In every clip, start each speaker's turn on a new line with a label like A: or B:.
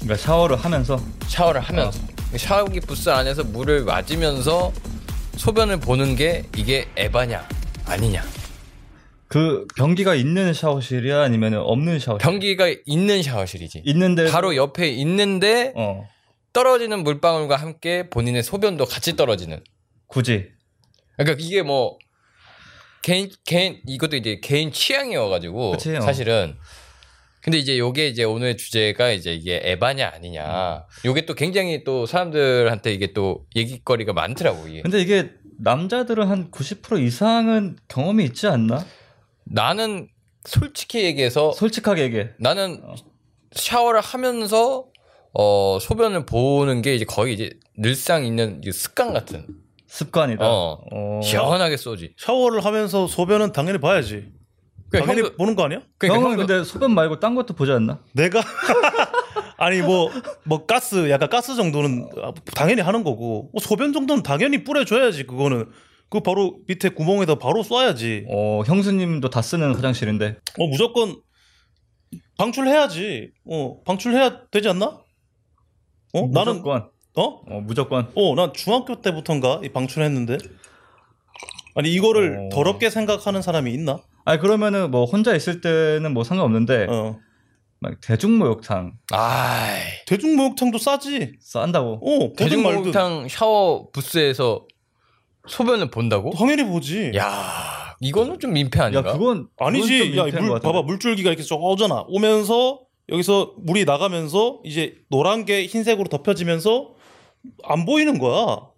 A: 그러니까 샤워를 하면서
B: 샤워를 하면서
A: 아.
B: 샤워기 부스 안에서 물을 맞으면서 소변을 보는 게 이게 에바냐 아니냐
A: 그 변기가 있는 샤워실이야 아니면 없는 샤워실?
B: 변기가 있는 샤워실이지
A: 있는데
B: 바로 옆에 있는데
A: 어
B: 떨어지는 물방울과 함께 본인의 소변도 같이 떨어지는
A: 굳이
B: 그러니까 이게 뭐 개인 개인 이것도 이제 개인 취향이어가지고
A: 그치, 어.
B: 사실은 근데 이제 요게 이제 오늘의 주제가 이제 이게 에바냐 아니냐 요게 또 굉장히 또 사람들한테 이게 또 얘기거리가 많더라고 이게
A: 근데 이게 남자들은 한 90% 이상은 경험이 있지 않나?
B: 나는 솔직히
C: 어.
B: 얘기해서
A: 솔직하게 얘기해.
B: 나는
A: 어.
B: 샤워를 하면서 어 소변을 보는 게 이제 거의 이제 늘상 있는 이 습관 같은
A: 습관이다.
B: 어. 시원하게 쏘지
C: 샤워를 하면서 소변은 당연히 봐야지.
B: 그러니까
C: 당연히
B: 형도
C: 보는 거 아니야?
B: 그러니까
A: 형은
B: 형도-
A: 근데 소변 말고 딴 것도 보지 않나?
C: 내가 아니 뭐 뭐 가스 약간 가스 정도는 당연히 하는 거고 뭐 소변 정도는 당연히 뿌려줘야지 그거는 그 바로 밑에 구멍에다 바로 쏴야지.
A: 어, 형수님도 다 쓰는 화장실인데.
C: 어 무조건 방출해야지. 어 방출해야 되지 않나? 어 나는
A: 무조건.
C: 어?
A: 어, 무조건.
C: 어 난 중학교 때부터인가 이 방출했는데 아니 이거를
A: 어.
C: 더럽게 생각하는 사람이 있나?
A: 아니 그러면은 뭐 혼자 있을 때는 뭐
B: 네.
A: 상관없는데
C: 어
A: 막 대중목욕탕
B: 아이
C: 대중목욕탕도 싸지.
A: 싼다고.
C: 어 대중 말도
B: 대중목욕탕 샤워 부스에서 소변을 본다고?
C: 당연히 보지.
B: 어? 야 이거는 좀 민폐 아닌가?
A: 야 그건 그건 좀
C: 아니지. 야,
A: 민폐인 것
C: 물,
A: 같아.
C: 봐봐. 물줄기가 이렇게 쭉 오잖아. 오면서 여기서 물이 나가면서 이제 노란 게 흰색으로 덮여지면서 안 보이는 거야. 어?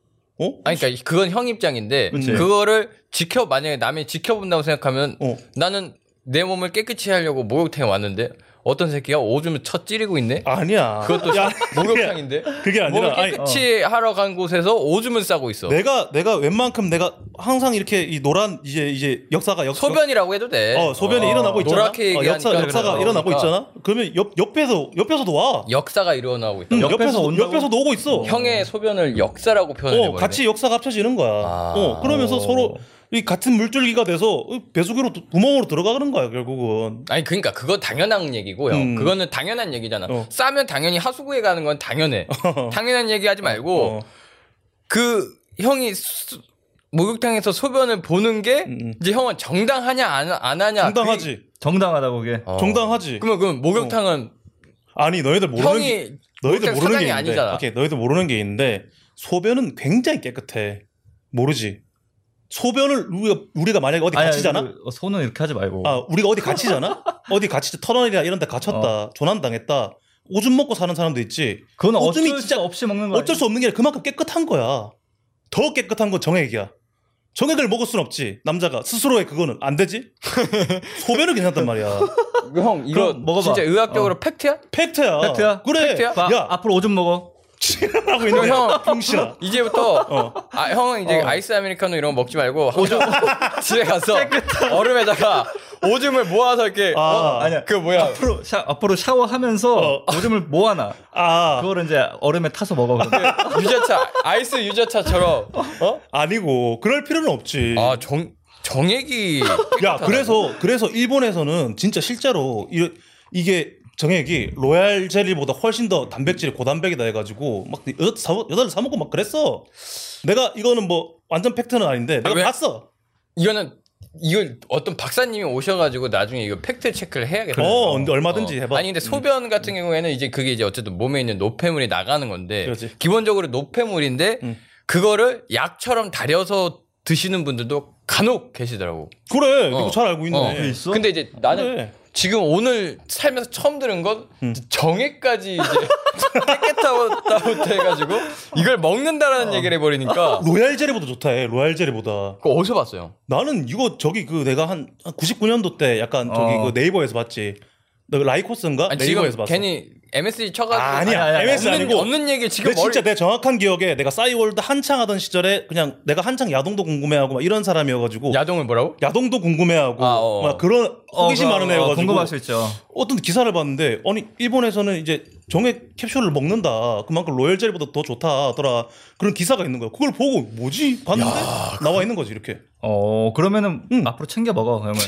B: 아니 그러니까 그건 형 입장인데
C: 그치.
B: 그거를 지켜 만약에 남이 지켜본다고 생각하면
C: 어.
B: 나는 내 몸을 깨끗이 하려고 목욕탕에 왔는데 어떤 새끼가 오줌을 쳐 찌르고 있네?
C: 아니야.
B: 그것도
C: 야,
B: 목욕탕인데
C: 그게
B: 몸을
C: 아니라 아니,
B: 깨끗이 하러 간 곳에서 오줌을 싸고 있어.
C: 내가 내가 웬만큼 내가 항상 이렇게 이 노란 이제 이제 역사가 역
B: 소변이라고 해도 돼.
C: 어, 소변이
A: 어,
C: 일어나고 있잖아.
B: 노랗게
C: 어,
B: 얘기하니까
C: 역사, 역사가
B: 그래요.
C: 일어나고
B: 그러니까.
C: 있잖아. 그러면 옆 옆에서 옆에서도 와.
B: 역사가 일어나고 있다.
C: 응,
A: 옆에서
C: 옆에서
A: 온다고?
C: 옆에서도 오고 있어.
B: 형의 소변을 역사라고 표현해
C: 어,
B: 버리네.
C: 같이 역사가 합쳐지는 거야.
B: 아.
C: 어, 그러면서
A: 어.
C: 서로 이 같은 물줄기가 돼서 배수구로 두- 구멍으로 들어가는 거야 결국은.
B: 아니 그러니까 그건 당연한 얘기고요.
C: 음.
B: 그거는 당연한 얘기잖아.
C: 어.
B: 싸면 당연히 하수구에 가는 건 당연해. 당연한 얘기하지 말고
C: 어.
B: 그 형이 수- 목욕탕에서 소변을 보는 게
C: 음.
B: 이제 형은 정당하냐 안, 안 하냐.
C: 정당하지.
A: 정당하다고 그게.
B: 그게- 어.
C: 정당하지.
B: 그러면 그럼 목욕탕은
C: 아니 너희들 네. 어. 모르는 게,
B: 형이
C: 너희들
B: 목욕탕
C: 모르는 게
B: 사장이
C: 있는데.
B: 아니잖아.
C: 오케이, 너희들 모르는 게 있는데 소변은 굉장히 깨끗해. 모르지. 소변을 우리가, 우리가 만약에 어디
A: 아니, 아니,
C: 갇히잖아.
A: 그 손은 이렇게 하지 말고.
C: 아, 우리가 어디 갇히잖아? 어디 갇히지? 터널이나 이런 데 갇혔다.
B: 어.
C: 조난당했다. 오줌 먹고 사는 사람도 있지.
A: 그건
C: 오줌이
A: 어쩔 수
C: 진짜
A: 없이 먹는 거.
C: 어쩔 수 없는 게 아니라 그만큼 깨끗한 거야. 더 깨끗한 건 정액이야. 정액을 먹을 순 없지. 남자가 스스로의 그거는 안 되지. 소변은 괜찮단 말이야.
B: 형 이거
A: 그럼 먹어봐.
B: 진짜 의학적으로 팩트야?
C: 팩트야.
A: 팩트야?
C: 그래.
B: 팩트야?
A: 아니야? 봐,
C: 야,
A: 앞으로 오줌 먹어.
C: 치라고
B: 그럼
C: 있는 거야.
B: 형
C: 병신아.
B: 이제부터
C: 어.
B: 아 형은 이제
A: 어.
B: 아이스 아메리카노 이런 거 먹지 말고 오줌 집에 가서 얼음에다가 오줌을 모아서 이렇게
C: 아,
A: 아니야.
B: 그 뭐야
A: 앞으로 샤 앞으로 샤워하면서
C: 어.
A: 오줌을 모아놔.
C: 아, 네,
A: 그거를 이제 얼음에 타서 먹어. 그럼.
B: 유자차 아이스 유자차처럼 어?
C: 아니고 그럴 필요는 없지.
B: 아정 정액이
C: 야, 그래서 그래서 일본에서는 진짜 실제로 이, 이게 정액이 로얄 젤리보다 훨씬 더 단백질이 고단백이다 해가지고 막 여- 사- 여자들 사 먹고 막 그랬어. 내가 이거는 뭐 완전 팩트는 아닌데 내가
B: 왜?
C: 봤어.
B: 이거는 이걸 어떤 박사님이 오셔가지고 나중에 이거 팩트 체크를 해야겠다.
C: 어, 언- 얼마든지 해봐.
B: 아니 근데 소변 같은 경우에는 이제 그게 이제 어쨌든 몸에 있는 노폐물이 나가는 건데
C: 그렇지.
B: 기본적으로 노폐물인데
C: 음.
B: 그거를 약처럼 다려서 드시는 분들도 간혹 계시더라고.
C: 그래, 이거
B: 어.
C: 잘 알고 있네.
B: 어.
A: 그게 있어?
B: 근데 이제 나는
C: 그래.
B: 지금 오늘 살면서 처음 들은 건
C: 음.
B: 정액까지 이제 깨끗하다고 해가지고 이걸 먹는다라는
C: 어.
B: 얘기를 해버리니까
C: 로얄 젤리보다 좋다 해. 로얄 젤리보다.
B: 그거 어디서 봤어요?
C: 나는 이거 저기 그 내가 한 99년도 때 약간 저기
A: 어.
C: 그 네이버에서 봤지. 너 라이코스인가?
B: 아니, 지금
C: 네이버에서 봤어.
B: 괜히 MSG 쳐가지고
C: 아, 아니야.
A: 아니, 아니,
C: MS
B: 없는,
C: 아니고
B: 없는 얘기 지금
C: 내
B: 머리
C: 진짜 내 정확한 기억에 내가 싸이월드 한창 하던 시절에 그냥 내가 한창 야동도 궁금해하고 막 이런 사람이어가지고
B: 야동을 뭐라고?
C: 야... 동도 궁금해하고
B: 아, 어.
C: 막 그런 호기심 많은
A: 그럼, 어,
C: 애여가지고
A: 궁금할 수 있죠.
C: 어떤 기사를 봤는데 아니 일본에서는 이제 정액 캡슐을 먹는다 그만큼 로열 젤리보다 더 좋다더라 그런 기사가 있는 거야 그걸 보고 뭐지 봤는데
B: 그-
C: 나와 있는 거지 이렇게
A: 어 그러면은
C: 응.
A: 앞으로 챙겨 먹어. 그러면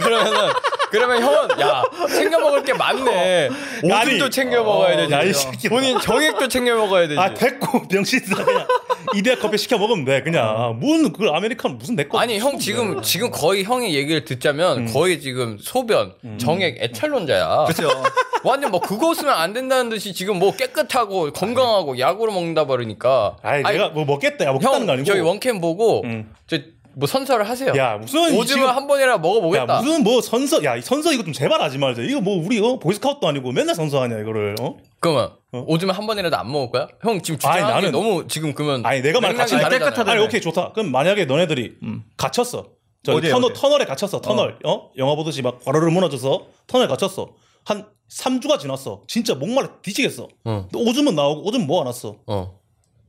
B: 그러면은 그러면 형은 야 챙겨 먹을 게 많네. 오줌도
C: 아니,
B: 챙겨 먹어야 되지.
C: 야, 이 새끼.
B: 본인 정액도 챙겨 먹어야 되지.
C: 아 됐고 병신들 그냥 이대 커피 시켜 먹으면 돼 그냥 무슨 그 아메리카노 무슨 내거
B: 아니 형
C: 음.
B: 지금 지금 거의 형의 얘기를 듣자면 거의 지금 소변
C: 음.
B: 정액 애찰론자야.
D: 그렇죠.
B: 완전 뭐 그거 쓰면 안 된다는 듯이 지금 뭐 깨끗하고 건강하고 약으로 먹는다 버리니까.
C: 아니, 내가 뭐 먹겠다 야 먹겠다는
B: 형
C: 거 아니고
B: 저희 원캠 보고
C: 음.
B: 저 뭐 선서를 하세요.
C: 야 무슨
B: 오징어
C: 지금-
B: 한 번이라
C: 야
B: 먹어보겠다.
C: 무슨 뭐 선서 야 이 선서 이거 좀 제발 하지 말자 이거 뭐 우리 어 보이스카우트도 아니고 맨날 선서하냐 이거를 어
B: 그러면 오줌 한 번이라도 안 먹을 거야? 형 지금 주장하는
C: 아니,
B: 게
C: 나는-
B: 너무 지금 그러면
C: 아니, 내가 말 같이
B: 맥락이
D: 깨끗하다.
B: 다르잖아요.
C: 아니 오케이 좋다 그럼 만약에 너네들이
B: 음.
C: 갇혔어 저
D: 어디에,
C: 터널
D: 어디에?
C: 터널에 갇혔어 터널 어, 영화 보듯이 막 과로를 무너져서 터널에 갇혔어 한 3주가 지났어 진짜 목말라 뒤지겠어
B: 어.
C: 너 오줌은 나오고 오줌 모아놨어
B: 어.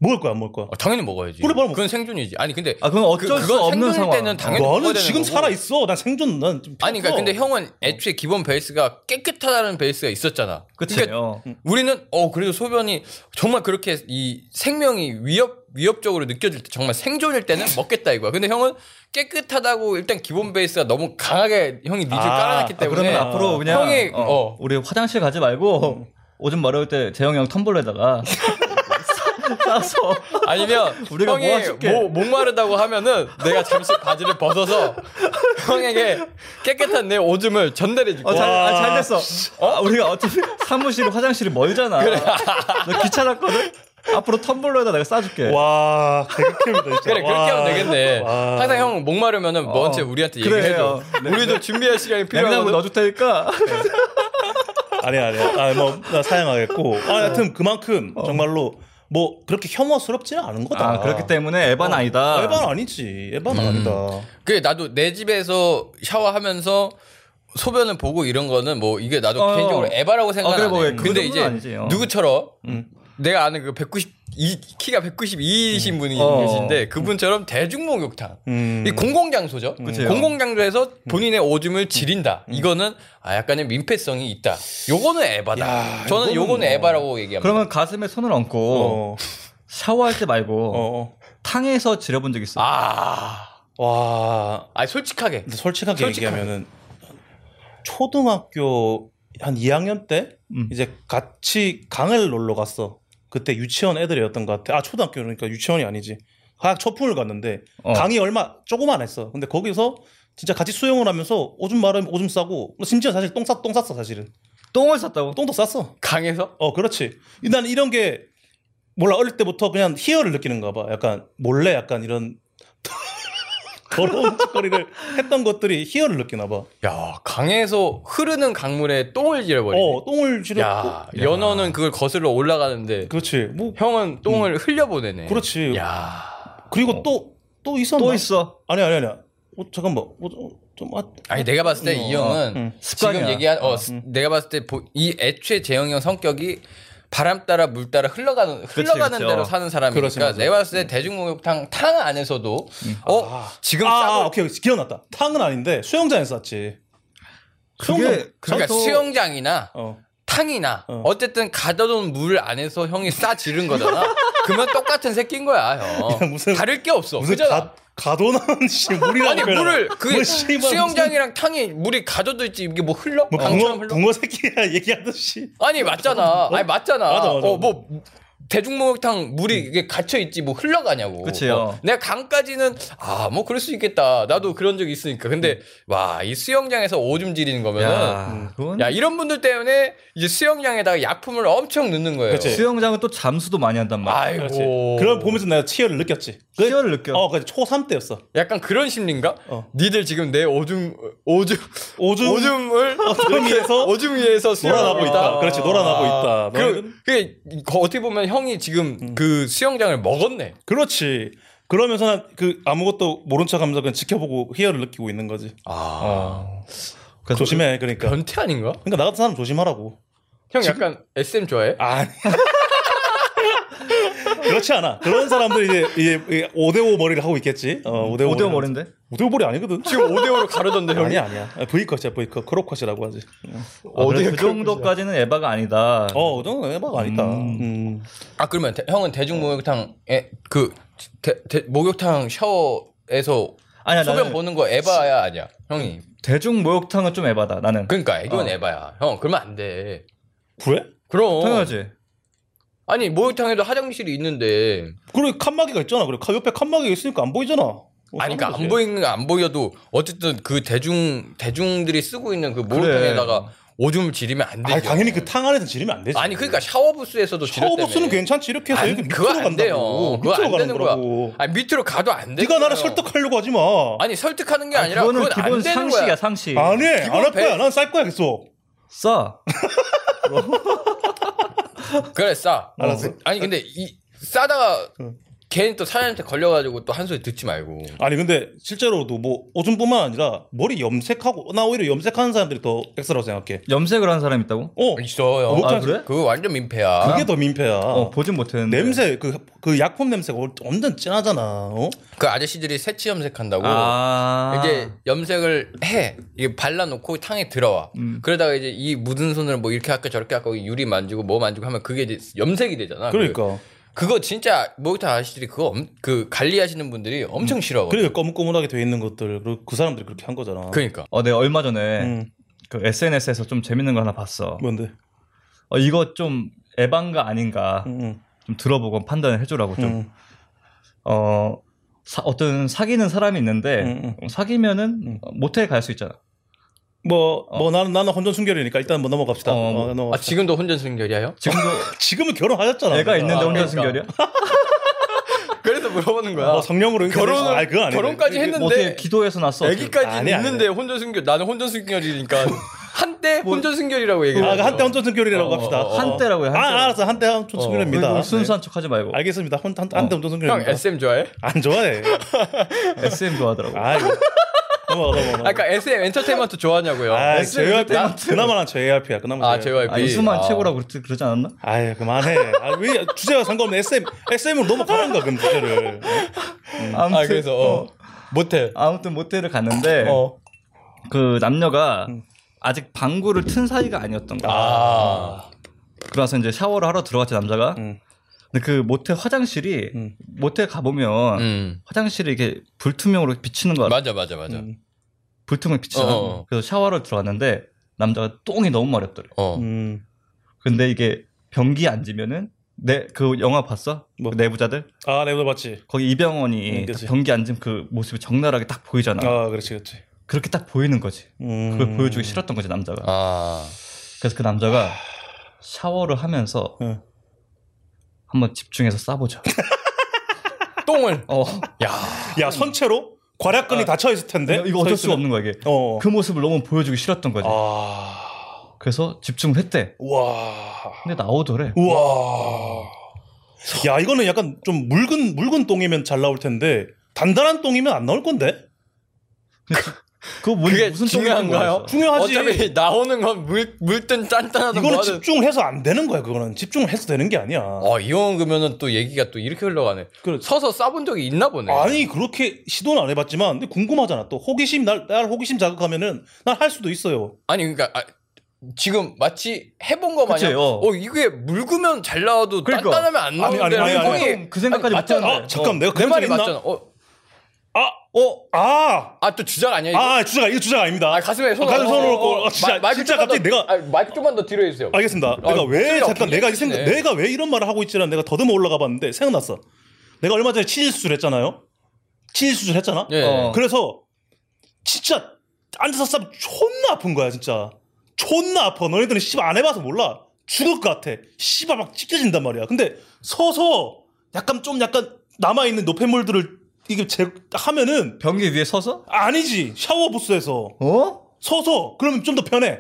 C: 먹을 거야 안 먹을 거야
B: 어, 당연히 먹어야지.
C: 그래, 바로 먹-
B: 그건 생존이지. 아니 근데
A: 아, 그건 어쩔
B: 그-
A: 수
B: 그건
A: 없는
B: 생존일
A: 상황.
B: 때는 당연히 먹어야
C: 너는
B: 되는
C: 지금
B: 거고.
C: 살아 있어 난 생존 난 지금 필요
B: 아니 그러니까
C: 없어.
B: 근데 형은 애초에 기본 베이스가 깨끗하다는 베이스가 있었잖아.
A: 그치?
B: 그러니까
A: 어.
B: 우리는 어 그래도 소변이 정말 그렇게 이 생명이 위협 위협적으로 느껴질 때 정말 생존일 때는 먹겠다 이거야. 근데 형은 깨끗하다고 일단 기본 베이스가 너무 강하게 형이 니즈
C: 아,
B: 깔아놨기
C: 아,
A: 아,
B: 때문에
A: 그러면 앞으로 그냥
B: 형이-
A: 어,
B: 어.
A: 우리 화장실 가지 말고
C: 음.
A: 오줌 마려울 때 재영 형 텀블러에다가 싸서
B: 아니면
A: 우리가 뭐
B: 형이
A: 모아줄게.
B: 목- 목마르다고 하면은 내가 잠시 바지를 벗어서 형에게 깨끗한 내 오줌을 전달해 줄게.
A: 어, 잘,
C: 와.
A: 아, 잘 됐어. 아, 우리가 어차피 사무실 화장실이 멀잖아. 너 귀찮았거든. 앞으로 텀블러에다 내가 싸줄게.
C: 와 되게 캡이다 진짜
B: 그래 그렇게 하면 되겠네.
C: 와.
B: 항상 형 목마르면은 먼저 우리한테
A: 어. 그래요. 네.
B: 얘기해줘. 우리도 준비할 시간이
A: 냉장고
B: 필요하고
A: 넣어줄 테니까.
C: 아니 아니 아뭐나 사양하겠고
A: 네.
C: 아 하여튼 그만큼 정말로 뭐 그렇게 혐오스럽지는 않은 거다
A: 어. 아, 그렇기 때문에 음. 에반 아니다.
C: 에반 아니지 에반 는 아니다
B: 그게 나도 내 집에서 샤워하면서 소변을 보고 이런 거는 뭐 이게 나도
A: 어.
B: 개인적으로 에바라고 생각
A: 어, 그래,
B: 안
A: 뭐왜
B: 해.
A: 그
B: 근데
A: 정도는
B: 이제
A: 아니지, 어.
B: 누구처럼 내가 아는 그 192, 키가 192이신 분이
A: 어.
B: 계신데 그분처럼 대중목욕탕.
C: 음.
B: 이 공공장소죠.
A: 그치요.
B: 공공장소에서 본인의 오줌을 지린다.
C: 음.
B: 이거는 아 약간의 민폐성이 있다. 요거는 에바다.
C: 야,
B: 저는
C: 이거는
B: 요거는
C: 뭐.
B: 에바라고 얘기합니다.
A: 그러면 가슴에 손을 얹고
C: 어.
A: 샤워할 때
C: 어.
A: 말고
C: 어.
A: 탕에서 지려본 적 있어.
B: 아,
C: 와
B: 아 솔직하게
C: 근데 솔직하게
B: 솔직하게.
C: 얘기하면은 초등학교 한 2학년 때
A: 음.
C: 이제 같이 강을 놀러 갔어. 그때 유치원 애들이었던 것 같아. 아 초등학교 그러니까 유치원이 아니지. 학 초품을 갔는데
A: 어.
C: 강이 얼마 조그만 했어. 근데 거기서 진짜 같이 수영을 하면서 오줌 마르 오줌 싸고 뭐 심지어 사실 똥 쌌 똥 쌌어 사실은
A: 똥을 쌌다고?
C: 똥도 쌌어.
B: 강에서
C: 어 그렇지. 난 이런 게 몰라 어릴 때부터 그냥 희열을 느끼는가 봐. 약간 몰래 약간 이런 더러운 짓거리를 했던 것들이 희열을 느끼나 봐. 어,
B: 야 강에서 흐르는 강물에 똥을 지려버리네.
C: 어, 똥을 지렸고.
B: 야 연어는 그걸 거슬러 올라가는데
C: 그렇지. 뭐
B: 형은 똥을 흘려보내네.
C: 그렇지.
B: 야 어.
C: 그리고 또 또 있었나?
A: 또 있어.
C: 아니 아니 아니. 어, 잠깐만. 어, 어, 좀 아,
B: 아니 내가 봤을 때 이 형은
C: 음.
B: 지금
A: 습관이야.
B: 얘기한 어 스- 내가 봤을 때 이 애초에 재영이 형 성격이 바람 따라 물 따라 흘러가는 흘러가는
A: 그치.
B: 대로 사는 사람이니까
C: 그렇지, 맞아. 음.
B: 내가 봤을 때 대중목욕탕 탕 안에서도 어 지금
C: 아,
B: 싸고
C: 아, 오케이. 기억났다. 탕은 아닌데 수영장에 쌌지.
A: 그게
B: 그러니까
A: 그래도-
B: 수영장이나
C: 어.
B: 탕이나
C: 어.
B: 어. 쨌든 가둬놓은 물 안에서 형이 싸 지른 거잖아. 그러면 똑같은 새끼인 거야 형.
C: 야, 무슨-
B: 다를 게 없어.
C: 무슨
B: 그잖아.
C: 가 가도난 씨 물이라고
B: 아니
C: 그래라.
B: 물을 그
C: 뭐, 씨발, 무슨-
B: 수영장이랑 탕이 물이 가져도 있지 이게 뭐 흘러?
C: 뭐
B: 강처럼 흘러?
C: 붕어 붕어 새끼야 얘기하듯이.
B: 아니 맞잖아. 아니 맞잖아.
C: 맞아, 맞아,
B: 어 뭐 대중목욕탕 물이 이게 갇혀 있지 뭐 흘러가냐고.
A: 그치요.
B: 어, 내가 강까지는 아 뭐 그럴 수 있겠다. 나도 그런 적 있으니까. 근데
C: 음.
B: 와 이 수영장에서 오줌 지리는 거면은 야.
A: 야, 그건
B: 이런 분들 때문에 이제 수영장에다가 약품을 엄청 넣는 거예요.
C: 그치.
A: 수영장은 또 잠수도 많이 한단 말이야.
C: 그렇지.
B: 아이고.
C: 그걸 보면서 내가 치열을 느꼈지. 그-
A: 희열을 느껴.
C: 어, 그 초3 때였어.
B: 약간 그런 심리인가?
C: 어. 음.
B: 니들 지금 내 오줌 오줌
C: 오줌
B: 오줌을
C: 오줌 위에서
B: 오줌 위에서
C: 어, 그
B: 수영하고
C: 놀아나고 있다.
B: 있다.
C: 그렇지, 놀아나고 있다. 뭐 너희는-
B: 그, 그게 이거 어떻게 보면 형이 지금 그 수영장을 먹었네.
C: 그렇지. 그러면서 난그 아무것도 모른 척하면서 그냥 지켜보고 희열을 느끼고 있는 거지.
A: 어. 그래서
C: 조심해. 그러니까.
B: 변태 아닌가?
C: 그러니까 나 같은 사람 조심하라고.
B: 형 약간 SM 좋아해?
C: 아니. 그렇지 않아. 그런 사람들이 이제 이제 5대5 머리를 하고 있겠지. 어, 5대5
A: 오대오 머리인데?
C: 5대5 머리 아니거든.
B: 지금 5대5로 가르던데 형이.
C: 아니 아니야. V컷이야. V컷. 크로컷이라고 하지.
A: 아, 그래,
B: 어디에
A: 그
B: 그런
A: 정도까지는 에바가 아니다.
C: 어, 그정도 에바가 아니다. 음.
B: 아 그러면 대- 형은 대중 목욕탕에 그 대- 대- 목욕탕 샤워에서
A: 아니야,
B: 소변
A: 나는-
B: 보는 거 에바야 아니야 형이
A: 대중 목욕탕은 좀 에바다. 나는
B: 그러니까
A: 어.
B: 이건 에바야 형 그러면 안돼
C: 그래?
B: 그럼
A: 당연하지.
B: 아니 목욕탕에도 화장실이 있는데
C: 그래 칸막이가 있잖아. 그래 칸- 옆에 칸막이가 있으니까 안 보이잖아. 뭐
B: 아니 그러니까
C: 그런 거지.
B: 안 보이는 거 안 보여도 어쨌든 그 대중 대중들이 쓰고 있는 그 목욕탕에다가 오줌을 지르면 안 되지
C: 아니 당연히 그 탕 안에서 지르면 안 되지.
B: 아니 그러니까 샤워 부스에서도 지렸다며.
C: 샤워 부스는 괜찮지 이렇게 해서
B: 안-
C: 이렇게 밑으로
B: 그거 안 돼요.
C: 간다고.
B: 그거
C: 밑으로
B: 안
C: 가는
B: 되는 거야.
C: 거라고.
B: 아니 밑으로 가도 안 돼.
C: 네가 나를 설득하려고 하지 마.
B: 아니 설득하는 게
A: 아,
B: 아니라
A: 그거는
B: 그건 안
A: 기본
B: 되는
A: 상식이야
B: 거야.
A: 상식.
C: 안 해. 안
B: 기본
C: 할 거야.
B: 배-
C: 난 쌀 거야 계속.
A: 싸.
B: 그래 싸.
C: 알았어.
B: 어. 아니 근데 이 싸다가
C: 응.
B: 걔는 또 사장한테 걸려가지고 또 한 소리 듣지 말고.
C: 아니 근데 실제로도 뭐 오줌뿐만 아니라 머리 염색하고 나 오히려 염색하는 사람들이 더 엑스라고 생각해.
A: 염색을 한 사람 있다고?
C: 어
B: 있어요.
C: 어,
A: 아, 그래?
B: 그거 완전 민폐야.
C: 그게 더 민폐야.
A: 어, 보진 못했는데.
C: 아. 냄새 그 그 약품 냄새가 완전 진하잖아. 어?
B: 그 아저씨들이 새치 염색한다고.
A: 아.
B: 이제 염색을 해 이게 발라놓고 탕에 들어와
A: 음.
B: 그러다가 이제 이 묻은 손을 뭐 이렇게 할까 저렇게 할까 유리 만지고 뭐 만지고 하면 그게 이제 염색이 되잖아
C: 그러니까
B: 그, 거 진짜 목욕탕 아저씨들이 그거 엄- 그 관리하시는 분들이 엄청 싫어하고
C: 그러니까 거뭇거뭇하게 돼 있는 것들 그리고 그 사람들이 그렇게 한 거잖아.
B: 그러니까
A: 어, 내가 얼마 전에
C: 음,
A: 그 SNS에서 좀 재밌는 거 하나 봤어.
C: 뭔데?
A: 어, 이거 좀 에반가 아닌가
C: 음, 음,
A: 좀 들어보고 판단을 해주라고 좀.
C: 음.
A: 어, 사- 어떤 사귀는 사람이 있는데 어,
C: 응,
A: 사귀면은
C: 응.
A: 어, 모텔 갈 수 있잖아.
C: 뭐, 뭐 나는 나는 혼전 순결이니까 일단 뭐 넘어갑시다.
A: 어,
C: 어,
A: 뭐.
B: 아
C: 넘어갑시다.
B: 지금도 혼전 순결이에요?
A: 지금도
C: 아, 지금은 결혼하셨잖아.
A: 애가 있는데
B: 아,
A: 혼자
B: 그러니까.
A: 순결이야?
B: 그래서 물어보는 거야
C: 뭐 성령으로 인사해
B: 결혼을-
C: 주시고. 아니, 그건 아니고.
B: 결혼까지 했는데
A: 어떻게 기도해서 났어? 어떻게?
B: 애기까지
C: 아니, 아니.
B: 있는데 혼전 순결 나는 혼전 순결이니까 한때 혼전 순결이라고 얘기를
C: 아,
B: 하죠.
C: 한때 혼전 순결이라고
B: 어,
C: 합시다.
B: 어, 어.
A: 한때라고요, 한때.
C: 아, 알았어. 한때 혼전 순결입니다.
A: 그리고
C: 네.
A: 순수한 척하지 말고
C: 알겠습니다. 혼, 한, 한때 혼전
B: 형
C: 순결입니다.
B: SM 좋아해?
C: 안 좋아해.
A: SM 좋아하더라고.
C: 아, 이거. 넘어가 넘어가. 넘어가.
B: 아까 그러니까 SM 엔터테인먼트 좋아하냐고요?
C: 아, JYP
A: 나-
C: 그나마 난 JYP야. 그나마
B: 아,
C: JYP.
B: JYP.
A: 아, 이수만
B: 아.
A: 최고라고 그러, 그러지 않았나?
C: 아유 그만해. 아, 왜 주제와 상관없는 SM SM으로 넘어가는 거야 그럼 주제를.
A: 아무튼
B: 아, 그래서 어.
A: 어,
B: 모텔.
A: 아무튼 모텔을 갔는데
B: 어. 음.
A: 그 남녀가 아직 방구를 튼 사이가 아니었던 거야.
B: 아.
A: 그래서 이제 샤워를 하러 들어갔지 남자가.
C: 음.
A: 근데 그 모텔 화장실이
C: 음.
A: 모텔 가
C: 아.
A: 보면
B: 음.
A: 화장실이 이렇게 불투명으로 비치는 거야.
B: 맞아 맞아 맞아.
C: 음.
A: 불투명 빛이 나.
B: 어.
A: 그래서 샤워를 들어갔는데 남자가 똥이 너무 마렵더래.
B: 어.
C: 음.
A: 근데 이게 변기에 앉으면은 내 그 영화 봤어?
C: 뭐?
A: 그 내부자들
C: 아 내가 봤지.
A: 거기 이병헌이
B: 음,
C: 응, 그치.
A: 변기 앉은 그 모습이 적나라하게 딱 보이잖아.
B: 어.
C: 아 그렇지 그렇지.
A: 그렇게 딱 보이는 거지.
C: 음.
A: 그걸 보여주기 싫었던 거지 남자가.
B: 아.
A: 그래서 그 남자가 샤워를 하면서
C: 응.
A: 한번 집중해서 싸보자.
B: 똥을.
A: 어,
B: 야.
C: 야 선체로 괄약근이 닫혀 있을 텐데.
A: 이거 어쩔
C: 서
A: 수가
C: 있으면.
A: 없는 거야 이게.
C: 어.
A: 그 모습을 너무 보여주기 싫었던 거지.
C: 아.
A: 그래서 집중을 했대.
C: 우와.
A: 근데 나오더래.
C: 우와. 야 이거는 약간 좀 묽은 묽은 똥이면 잘 나올 텐데 단단한 똥이면 안 나올 건데.
A: 그거 뭔,
B: 그게
A: 무슨
B: 중요한가요?
C: 중요하지.
B: 어차피 나오는 건 물, 물든 짠짠하든
C: 이거는
B: 뭐하든.
C: 집중해서 안 되는 거야 그거는 집중을 해서 되는 게 아니야.
B: 어, 이왕 그러면은 또 얘기가 또 이렇게 흘러가네.
C: 그렇지.
B: 서서 싸본 적이 있나 보네.
C: 아니 그렇게 시도는 안 해봤지만 근데 궁금하잖아 또 호기심 날, 날 호기심 자극하면은 난 할 수도 있어요
B: 아니 그러니까 아, 지금 마치 해본 거 마냥
A: 그치,
B: 어.
A: 어.
B: 이게 묽으면 잘 나와도
A: 그러니까.
B: 단단하면 안
C: 아니,
B: 나오는데
C: 아니, 아니, 아니.
B: 형이
A: 그 생각까지
B: 아니, 맞잖아.
A: 못했는데.
C: 아 잠깐 내가
B: 네. 내
C: 그런
B: 말이
C: 적 있나?
B: 맞잖아. 어,
C: 아!
B: 어,
C: 아!
B: 아 또 주작 아니야? 이거?
C: 아 아, 주제가 이거 주제가 아닙니다
B: 아 가슴에 손을
C: 어, 가슴에 손을
B: 얹어.
C: 얹고. 어, 진짜,
B: 마- 마이크
C: 진짜
B: 좀만
C: 갑자기
B: 더-
C: 내가- 아,
B: 아, 마이크 좀만 더 뒤로 해주세요.
C: 알겠습니다 내가 왜
B: 진짜
C: 잠깐 내가 이 생각
B: 굉장히
C: 내가 왜 이런 말을 하고 있지라 내가 더듬어 올라가 봤는데 생각났어 내가 얼마 전에 치질 수술 했잖아요 치질 수술 했잖아
B: 예.
A: 어.
C: 그래서 진짜 앉아서 싸면 존나 아픈 거야 진짜 존나 아파 너희들은 씨발 안 해봐서 몰라 죽을 것 같아 씨발 막 찢겨진단 말이야 근데 서서 약간 좀 약간 남아있는 노폐물들을 이게 제, 하면은
A: 변기 위에 서서?
C: 아니지 샤워 부스에서
A: 어?
C: 서서 그러면 좀 더 편해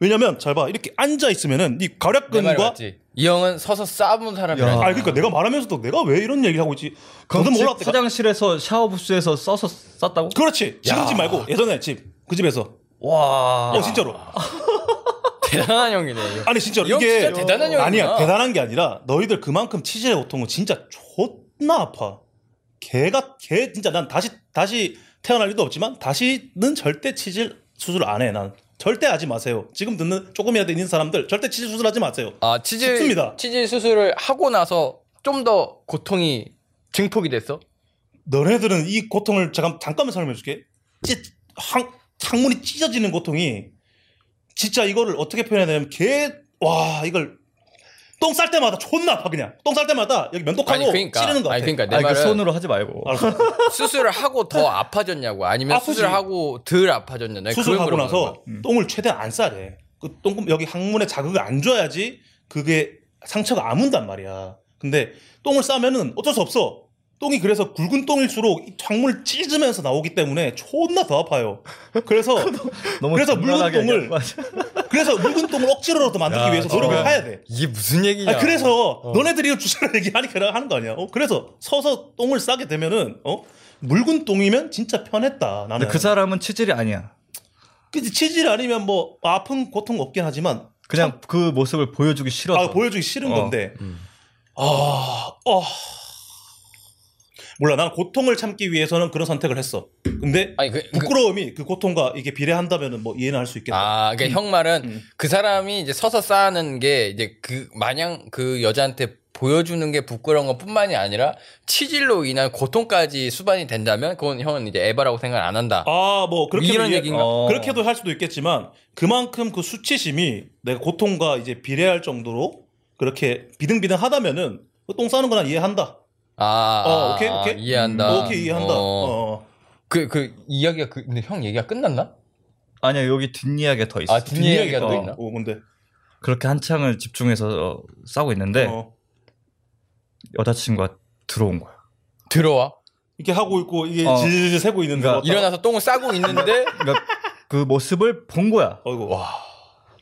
C: 왜냐면 잘 봐 이렇게 앉아있으면은 이
B: 내 말이
C: 가략근과
B: 맞지. 이 형은 서서 싸본
A: 야.
B: 사람이야.
C: 아 그러니까 내가 말하면서도 내가 왜 이런 얘기를 하고 있지
A: 그럼
C: 거듭
A: 집
C: 올라왔다
A: 화장실에서 샤워 부스에서 써서 쌌다고?
C: 그렇지 지금 집 말고 예전에 집 그 집에서
A: 와.
B: 아.
C: 어 진짜로
B: 대단한 형이네. 이거.
C: 아니 진짜로
B: 이
C: 이게 어,
B: 형 진짜 대단한 형이구나.
C: 아니야 대단한 게 아니라 너희들 그만큼 치질의 고통은 진짜 존나 아파 개가 개 진짜 난 다시 다시 태어날 일도 없지만 다시는 절대 치질 수술 안 해 난 절대 하지 마세요 지금 듣는 조금이라도 있는 사람들 절대 치질 수술하지 마세요
B: 아 치질
C: 쉽습니다.
B: 치질 수술을 하고 나서 좀 더 고통이 증폭이 됐어?
C: 너네들은 이 고통을 잠깐 잠깐만 설명해 줄게. 찢, 항, 창문이 찢어지는 고통이 진짜 이거를 어떻게 표현해야 되냐면 개 와 이걸 똥 쌀 때마다 존나 아파 그냥 똥 쌀 때마다 여기 면도하고
B: 아니 그러니까
C: 찌르는 거 같아.
B: 아니 그러니까 내
A: 아니, 그
B: 말은
A: 손으로 하지 말고.
C: 알았어.
B: 수술을 하고 더 아파졌냐고 아니면
C: 아프지.
B: 수술하고 덜 아파졌냐 내가 그걸
C: 수술하고
B: 물어보는
C: 나서
B: 거야. 음.
C: 똥을 최대한 안 싸래. 그 똥금 여기 항문에 자극을 안 줘야지 그게 상처가 아문단 말이야. 근데 똥을 싸면은 어쩔 수 없어. 똥이 그래서 굵은 똥일수록 이 항문을 찢으면서 나오기 때문에 존나 더 아파요. 그래서
A: 너무
C: 그래서
A: 곤란하게
C: 묽은 똥을-
A: 얘기할 것 같아.
C: 그래서 묽은 똥을 억지로라도 만들기
A: 야, 어.
C: 위해서 노력을
A: 진짜.
C: 해야 돼.
B: 이게 무슨 얘기냐
C: 아, 그래서 너네들이 이거 주제를 얘기하니까 내가 하는 거 아니야? 어? 그래서 서서 똥을 싸게 되면은 어 묽은 똥이면 진짜 편했다. 나는
A: 근데 그 사람은 치질이 아니야.
C: 그치, 치질 아니면 뭐 아픈 고통 없긴 하지만
A: 그냥 그 모습을 보여주기 싫어서.
C: 아, 보여주기 싫은
A: 어.
C: 건데.
B: 음.
C: 아, 어. 몰라, 난 고통을 참기 위해서는 그런 선택을 했어. 근데
B: 아니 그, 그,
C: 부끄러움이 그 고통과 이게 비례한다면 뭐 이해는 할 수 있겠다.
B: 아, 그러니까 형 말은
C: 음.
B: 그 사람이 이제 서서 싸는 게 이제 그 마냥 그 여자한테 보여주는 게 부끄러운 것뿐만이 아니라 치질로 인한 고통까지 수반이 된다면 그건 형은 이제 에바라고 생각 안 한다.
C: 아, 뭐 그렇게
B: 이런 얘기인가?
A: 어.
C: 그렇게도 할 수도 있겠지만 그만큼 그 수치심이 내가 고통과 이제 비례할 정도로 그렇게 비등비등하다면은 그똥 싸는 거난 이해한다.
B: 아,
C: 어,
B: 아,
C: 오케이,
B: 아,
C: 오케이. 음. 뭐
B: 이해한다.
C: 오케이 이해한다.
B: 어.
C: 어.
B: 그, 그 이야기가 그, 근데 형 얘기가 끝났나?
A: 아니야 여기 뒷이야기가 더 있어.
B: 아, 뒷- 이해하기가 또
C: 어,
B: 있나?
C: 어, 뭔데?
A: 그렇게 한창을 집중해서 어, 싸우고
B: 네.
A: 있는데
C: 어.
A: 여자친구가 들어온 거야.
B: 들어와.
C: 이렇게 하고 있고 이게
A: 어.
C: 질질 새고 있는데.
A: 그러니까
C: 왔다가-
B: 일어나서 똥을 싸고 있는데
A: 그러니까 그 모습을 본 거야.
C: 어이구.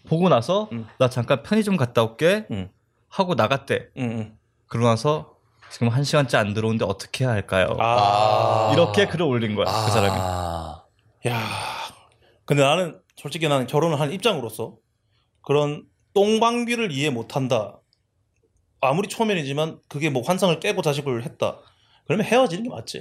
A: 보고 나서
C: 음.
A: 나 잠깐 편의점 갔다 올게
C: 음.
A: 하고 나갔대.
C: 응, 응.
A: 그러고 나서 지금 한 시간째 안 들어오는데 어떻게 해야 할까요?
B: 아.
A: 이렇게 글을 올린 거야 그 사람이.
B: 아.
C: 야. 근데 나는 솔직히 나는 결혼을 한 입장으로서 그런 똥방귀를 이해 못한다. 아무리 초면이지만 그게 뭐 환상을 깨고 자식을 했다. 그러면 헤어지는 게 맞지.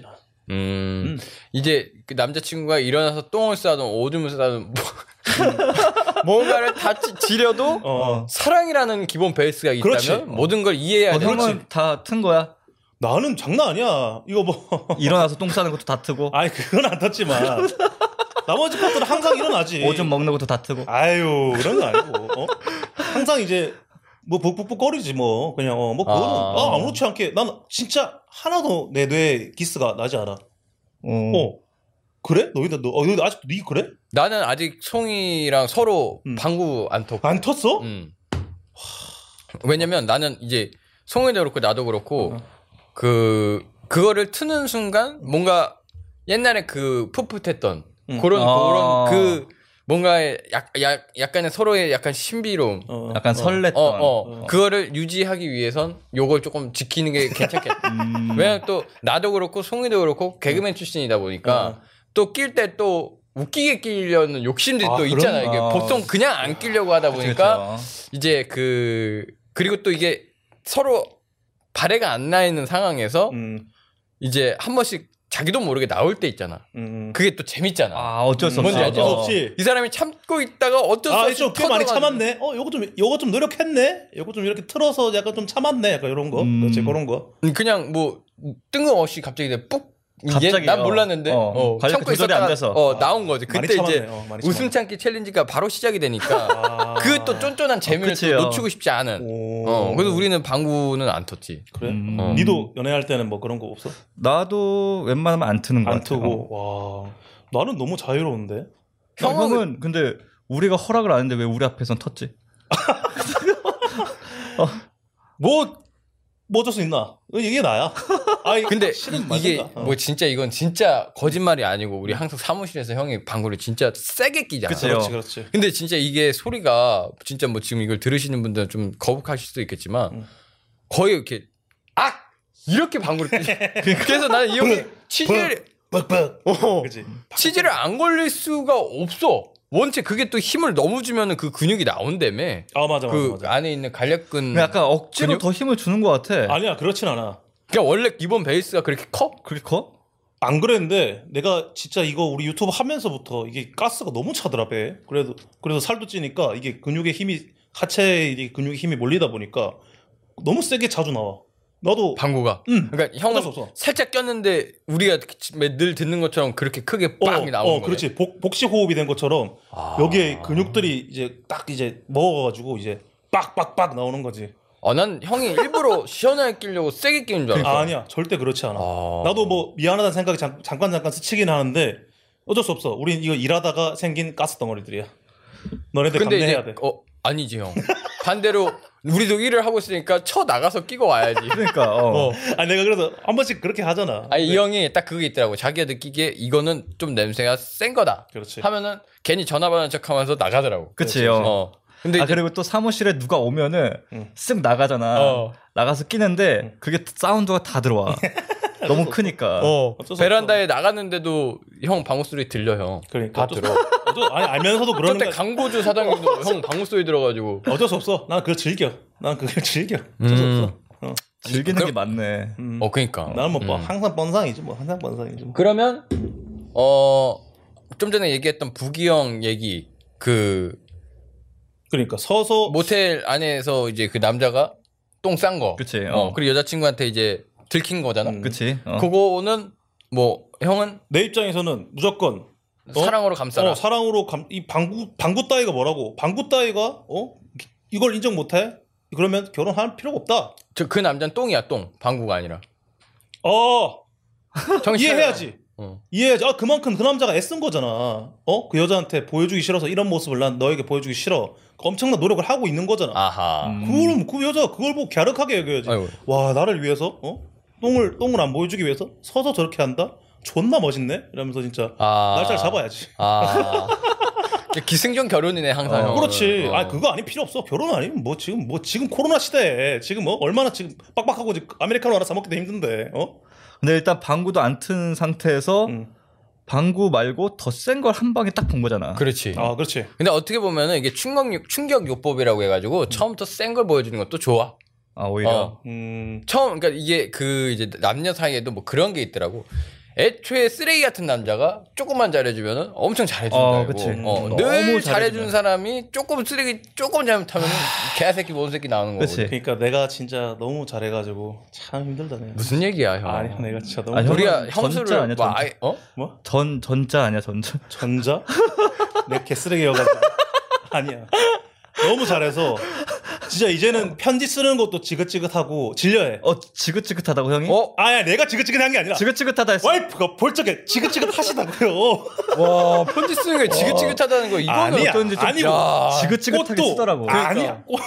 B: 음.
C: 음.
B: 이제 그 남자친구가 일어나서 똥을 싸든 오줌을 싸든 뭐- 뭔가를 다 찌- 지려도
C: 어.
B: 사랑이라는 기본 베이스가 있다면
C: 그렇지.
B: 모든 걸 이해해야
A: 어,
B: 돼.
A: 형은 다 튼 거야.
C: 나는 장난 아니야. 이거 뭐.
A: 일어나서 똥 싸는 것도 다 트고
C: 아니, 그건 안 탔지만. 나머지 것들은 항상 일어나지.
A: 오줌 먹는 것도 다 트고.
C: 예. 아유, 그런 거 아니고. 어? 항상 이제 뭐 북북북거리지 뭐. 그냥 어, 뭐 그거는
B: 아.
C: 아, 아무렇지 않게 난 진짜 하나도 내 뇌에 기스가 나지 않아.
A: 어.
C: 어 그래? 너희들 너, 어, 너희들 아직도 니 그래?
B: 나는 아직 송이랑 서로
C: 음.
B: 방구 안 톡.
C: 안 텄어?
B: 음. 왜냐면 나는 이제 송이도 그렇고 나도
A: 어.
B: 그렇고 그 그거를 트는 순간 뭔가 옛날에 그 풋풋했던
C: 음.
B: 그런
A: 아.
B: 그런 그 뭔가 약, 약 약간의 서로의 약간 신비로움
C: 어,
A: 약간
C: 어.
A: 설렜던.
B: 어, 어.
C: 어.
B: 그거를 유지하기 위해선 요걸 조금 지키는 게 괜찮겠다.
A: 음.
B: 왜냐면 또 나도 그렇고 송이도 그렇고 개그맨 출신이다 보니까
C: 어.
B: 또 낄 때 또 웃기게 끼려는 욕심들이
C: 아,
B: 또 있잖아. 이게
A: 그럼요.
B: 보통 그냥 안 끼려고 하다
A: 그치,
B: 보니까
A: 그치.
B: 이제 그 그리고 또 이게 서로 발해가 안 나 있는 상황에서
C: 음,
B: 이제 한 번씩 자기도 모르게 나올 때 있잖아.
C: 음.
B: 그게 또 재밌잖아.
A: 아 어쩔 수 없지.
B: 뭔지 알죠?
C: 어쩔 수 없지.
B: 이 사람이 참고 있다가 어쩔 수
C: 아,
B: 없이
C: 좀꽤 많이
B: 터져가지고.
C: 참았네. 어, 요거 좀 요거 좀 노력했네. 요거 좀 이렇게 틀어서 약간 좀 참았네. 약간 이런 거.
A: 음.
C: 그렇지 그런 거.
B: 그냥 뭐 뜬금없이 갑자기 그냥 뿍
A: 갑자기,
B: 얘- 난
A: 어.
B: 몰랐는데
A: 어.
B: 어,
A: 관리
C: 그
B: 참고
A: 조절이 안
B: 있었다가
A: 돼서.
B: 어, 나온 거지.
C: 많이
B: 그때
C: 참았네.
B: 이제
C: 어, 많이
B: 웃음 참기 챌린지가 바로 시작이 되니까
C: 아. 어,
B: 그 또 쫀쫀한 재미를 또
A: 그치요.
B: 놓치고 싶지 않은.
C: 오.
B: 어, 그래서 우리는 방구는 안 텄지.
C: 그래.
A: 음.
B: 어.
C: 니도 연애할 때는 뭐 그런 거 없어?
A: 나도 웬만하면 안 트는 거
C: 안
A: 같아. 어.
C: 트고. 와. 나는 너무 자유로운데.
A: 형은,
B: 형은-
A: 근데 우리가 허락을 안 했는데 왜 우리 앞에선
B: 음.
A: 텄지?
C: 뭐, 뭐 어쩔 수 있나? 이게 나야. 아이,
B: 근데
C: 실은
B: 이- 이게
C: 맞는다. 어.
B: 뭐 진짜 이건 진짜 거짓말이 아니고 우리 항상 사무실에서 형이 방구를 진짜 세게 끼잖아.
A: 그치.
C: 그렇지, 그렇지.
B: 근데 진짜 이게 소리가 진짜 뭐 지금 이걸 들으시는 분들은 좀 거북하실 수도 있겠지만
C: 음.
B: 거의 이렇게 악 이렇게 방구를 끼 그래서 나는 이 형이 치질
C: 빡빡.
B: 어,
C: 그렇지.
B: 치질을 안 걸릴 수가 없어. 원체 그게 또 힘을 너무 주면은 그 근육이 나온다며.
C: 아 맞아 맞아
B: 그
C: 맞아. 그러니까
B: 안에 있는 갈략근.
A: 근데 약간 억지로
B: 근육?
A: 더 힘을 주는 것 같아.
C: 아니야 그렇진 않아.
B: 그러니까 원래 기본 베이스가 그렇게 커?
A: 그렇게 커?
C: 안 그랬는데 내가 진짜 이거 우리 유튜브 하면서부터 이게 가스가 너무 차더라 배. 그래도 그래서 살도 찌니까 이게 근육의 힘이 하체의 이 근육의 힘이 몰리다 보니까 너무 세게 자주 나와. 나도
B: 방구가.
C: 음.
B: 그러니까
C: 어쩔
B: 형은
C: 수 없어.
B: 살짝 꼈는데 우리가 늘 듣는 것처럼 그렇게 크게
C: 어,
B: 빵이 나오는
C: 어,
B: 거예요.
C: 그렇지. 복, 복식 호흡이 된 것처럼
B: 아.
C: 여기에 근육들이 이제 딱 이제 먹어가지고 이제 빡빡빡 나오는 거지.
B: 아, 난 형이 일부러 시원하게 끼려고 세게 끼는 줄 알았어.
C: 아, 아니야, 절대 그렇지 않아.
B: 아.
C: 나도 뭐 미안하다는 생각이 잠, 잠깐 잠깐 스치긴 하는데 어쩔 수 없어. 우린 이거 일하다가 생긴 가스 덩어리들이야. 너네들
B: 근데
C: 감내해야
B: 이제
C: 돼.
B: 어 아니지 형. 반대로 우리도 일을 하고 있으니까 쳐 나가서 끼고 와야지.
A: 그러니까 어.
B: 어.
C: 아 내가 그래서 한 번씩 그렇게 하잖아.
B: 아니 이 형이 딱 그게 있더라고. 자기가 느끼기에 이거는 좀 냄새가 센 거다.
C: 그렇지.
B: 하면은 괜히 전화 받는 척하면서 나가더라고.
A: 그치, 형.
B: 어. 근데
A: 아
B: 이제 음.
A: 그리고 또 사무실에 누가 오면은
C: 응.
A: 쓱 나가잖아.
B: 어. 음.
A: 나가서 끼는데 그게 사운드가 다 들어와. 너무 크니까.
B: 어,
C: 어쩔 수
B: 베란다에 나갔는데도 형 방구 소리 들려 형.
C: 그러니까
B: 다
C: 어쩔
B: 들어.
C: 수 없어. 어쩔- 아니 알면서도 그러는
B: 그때
C: 거야.
B: 강보주 사장님도 형 방구 소리 들어가지고.
C: 어쩔 수 없어. 난 그거 즐겨. 난 그걸 즐겨. 어쩔 수
B: 음.
C: 없어. 어.
A: 즐기는
B: 그럼-
A: 게 맞네.
C: 음.
B: 어 그니까.
C: 나는 뭐, 뭐
B: 음.
C: 항상 번상이지 뭐 항상 번상이지 뭐.
B: 그러면 어 좀 전에 얘기했던 부기 형 얘기 그
C: 그러니까
B: 뭐
C: 서서
B: 모텔 안에서 이제 그 남자가 똥 싼 거.
A: 그치,
B: 어.
A: 어.
B: 그리고 여자친구한테 이제 들킨 거잖아.
C: 음.
A: 그치? 어.
B: 그거는 뭐 형은
C: 내 입장에서는 무조건 어?
B: 사랑으로 감싸라.
C: 어, 사랑으로 감, 이 방구 방구 따위가 뭐라고? 방구 따위가 어 이걸 인정 못해? 그러면 결혼할 필요가 없다.
B: 저 그 남자는 똥이야 똥. 방구가 아니라.
C: 어
B: 정신 차려.
C: 이해해야지.
B: 어.
C: 이해해야지. 아 그만큼 그 남자가 애쓴 거잖아. 어그 여자한테 보여주기 싫어서 이런 모습을 난 너에게 보여주기 싫어. 그 엄청난 노력을 하고 있는 거잖아.
B: 아하.
A: 음.
C: 그럼 그 여자 그걸 보고 갸륵하게 여겨야지.
B: 아이고.
C: 와 나를 위해서 어 똥을 똥을 안 보여주기 위해서 서서 저렇게 한다. 존나 멋있네. 이러면서 진짜
B: 아.
C: 날짜를 잡아야지.
B: 아. 기승전 결혼이네 항상.
A: 어,
B: 형은.
C: 그렇지.
B: 어.
C: 아 그거 아니 필요 없어. 결혼 아니면 뭐 지금 뭐 지금 코로나 시대에 지금 뭐 얼마나 지금 빡빡하고 지금 아메리카노 하나 사 먹기도 힘든데. 어?
A: 근데 일단 방구도 안 튼 상태에서
C: 음.
A: 방구 말고 더 센 걸 한 방에 딱 본 거잖아.
B: 그렇지.
C: 아 그렇지.
B: 근데 어떻게 보면은 이게 충격 충격 요법이라고 해가지고 처음부터 센 걸 보여주는 것도 좋아.
A: 아
B: 어.
A: 오히려.
C: 음.
B: 처음 그러니까 이게 그 이제 남녀 사이에도 뭐 그런 게 있더라고. 애초에 쓰레기 같은 남자가 조금만 잘해주면은 엄청 잘해준다고.
C: 아,
A: 어, 그치.
B: 어,
C: 음,
A: 너무
B: 늘
A: 잘해주면.
B: 잘해주는 사람이 조금 쓰레기 조금 잘못하면 개새끼 뭔 새끼 나오는 거고.
A: 그치.
C: 아. 그러니까 내가 진짜 너무 잘해가지고 참 힘들다 내가.
B: 무슨 얘기야 형?
C: 아니 내가 진짜 너무
A: 아니,
C: 잘-
B: 우리가
A: 형은
B: 형수를
A: 전자 아니야,
B: 뭐
A: 전자.
B: 아예- 어?
C: 뭐
A: 전 전자 아니야 전자.
C: 전자? 내 개쓰레기여가지고 아니야. 너무 잘해서 진짜 이제는 편지 쓰는 것도 지긋지긋하고 질려해.
A: 어 지긋지긋하다고 형이?
B: 어?
C: 아야 내가 지긋지긋한 게 아니라
A: 지긋지긋하다 했어.
C: 와이프가 볼 적에 지긋지긋하시다고요.
B: 와 편지 쓰는 게 지긋지긋하다는 거 이거는
C: 아니야.
B: 어떤지 좀
C: 아니고.
B: 야,
A: 지긋지긋하게
C: 꽃도
A: 쓰더라고. 그러니까.
C: 아니야. 꽃-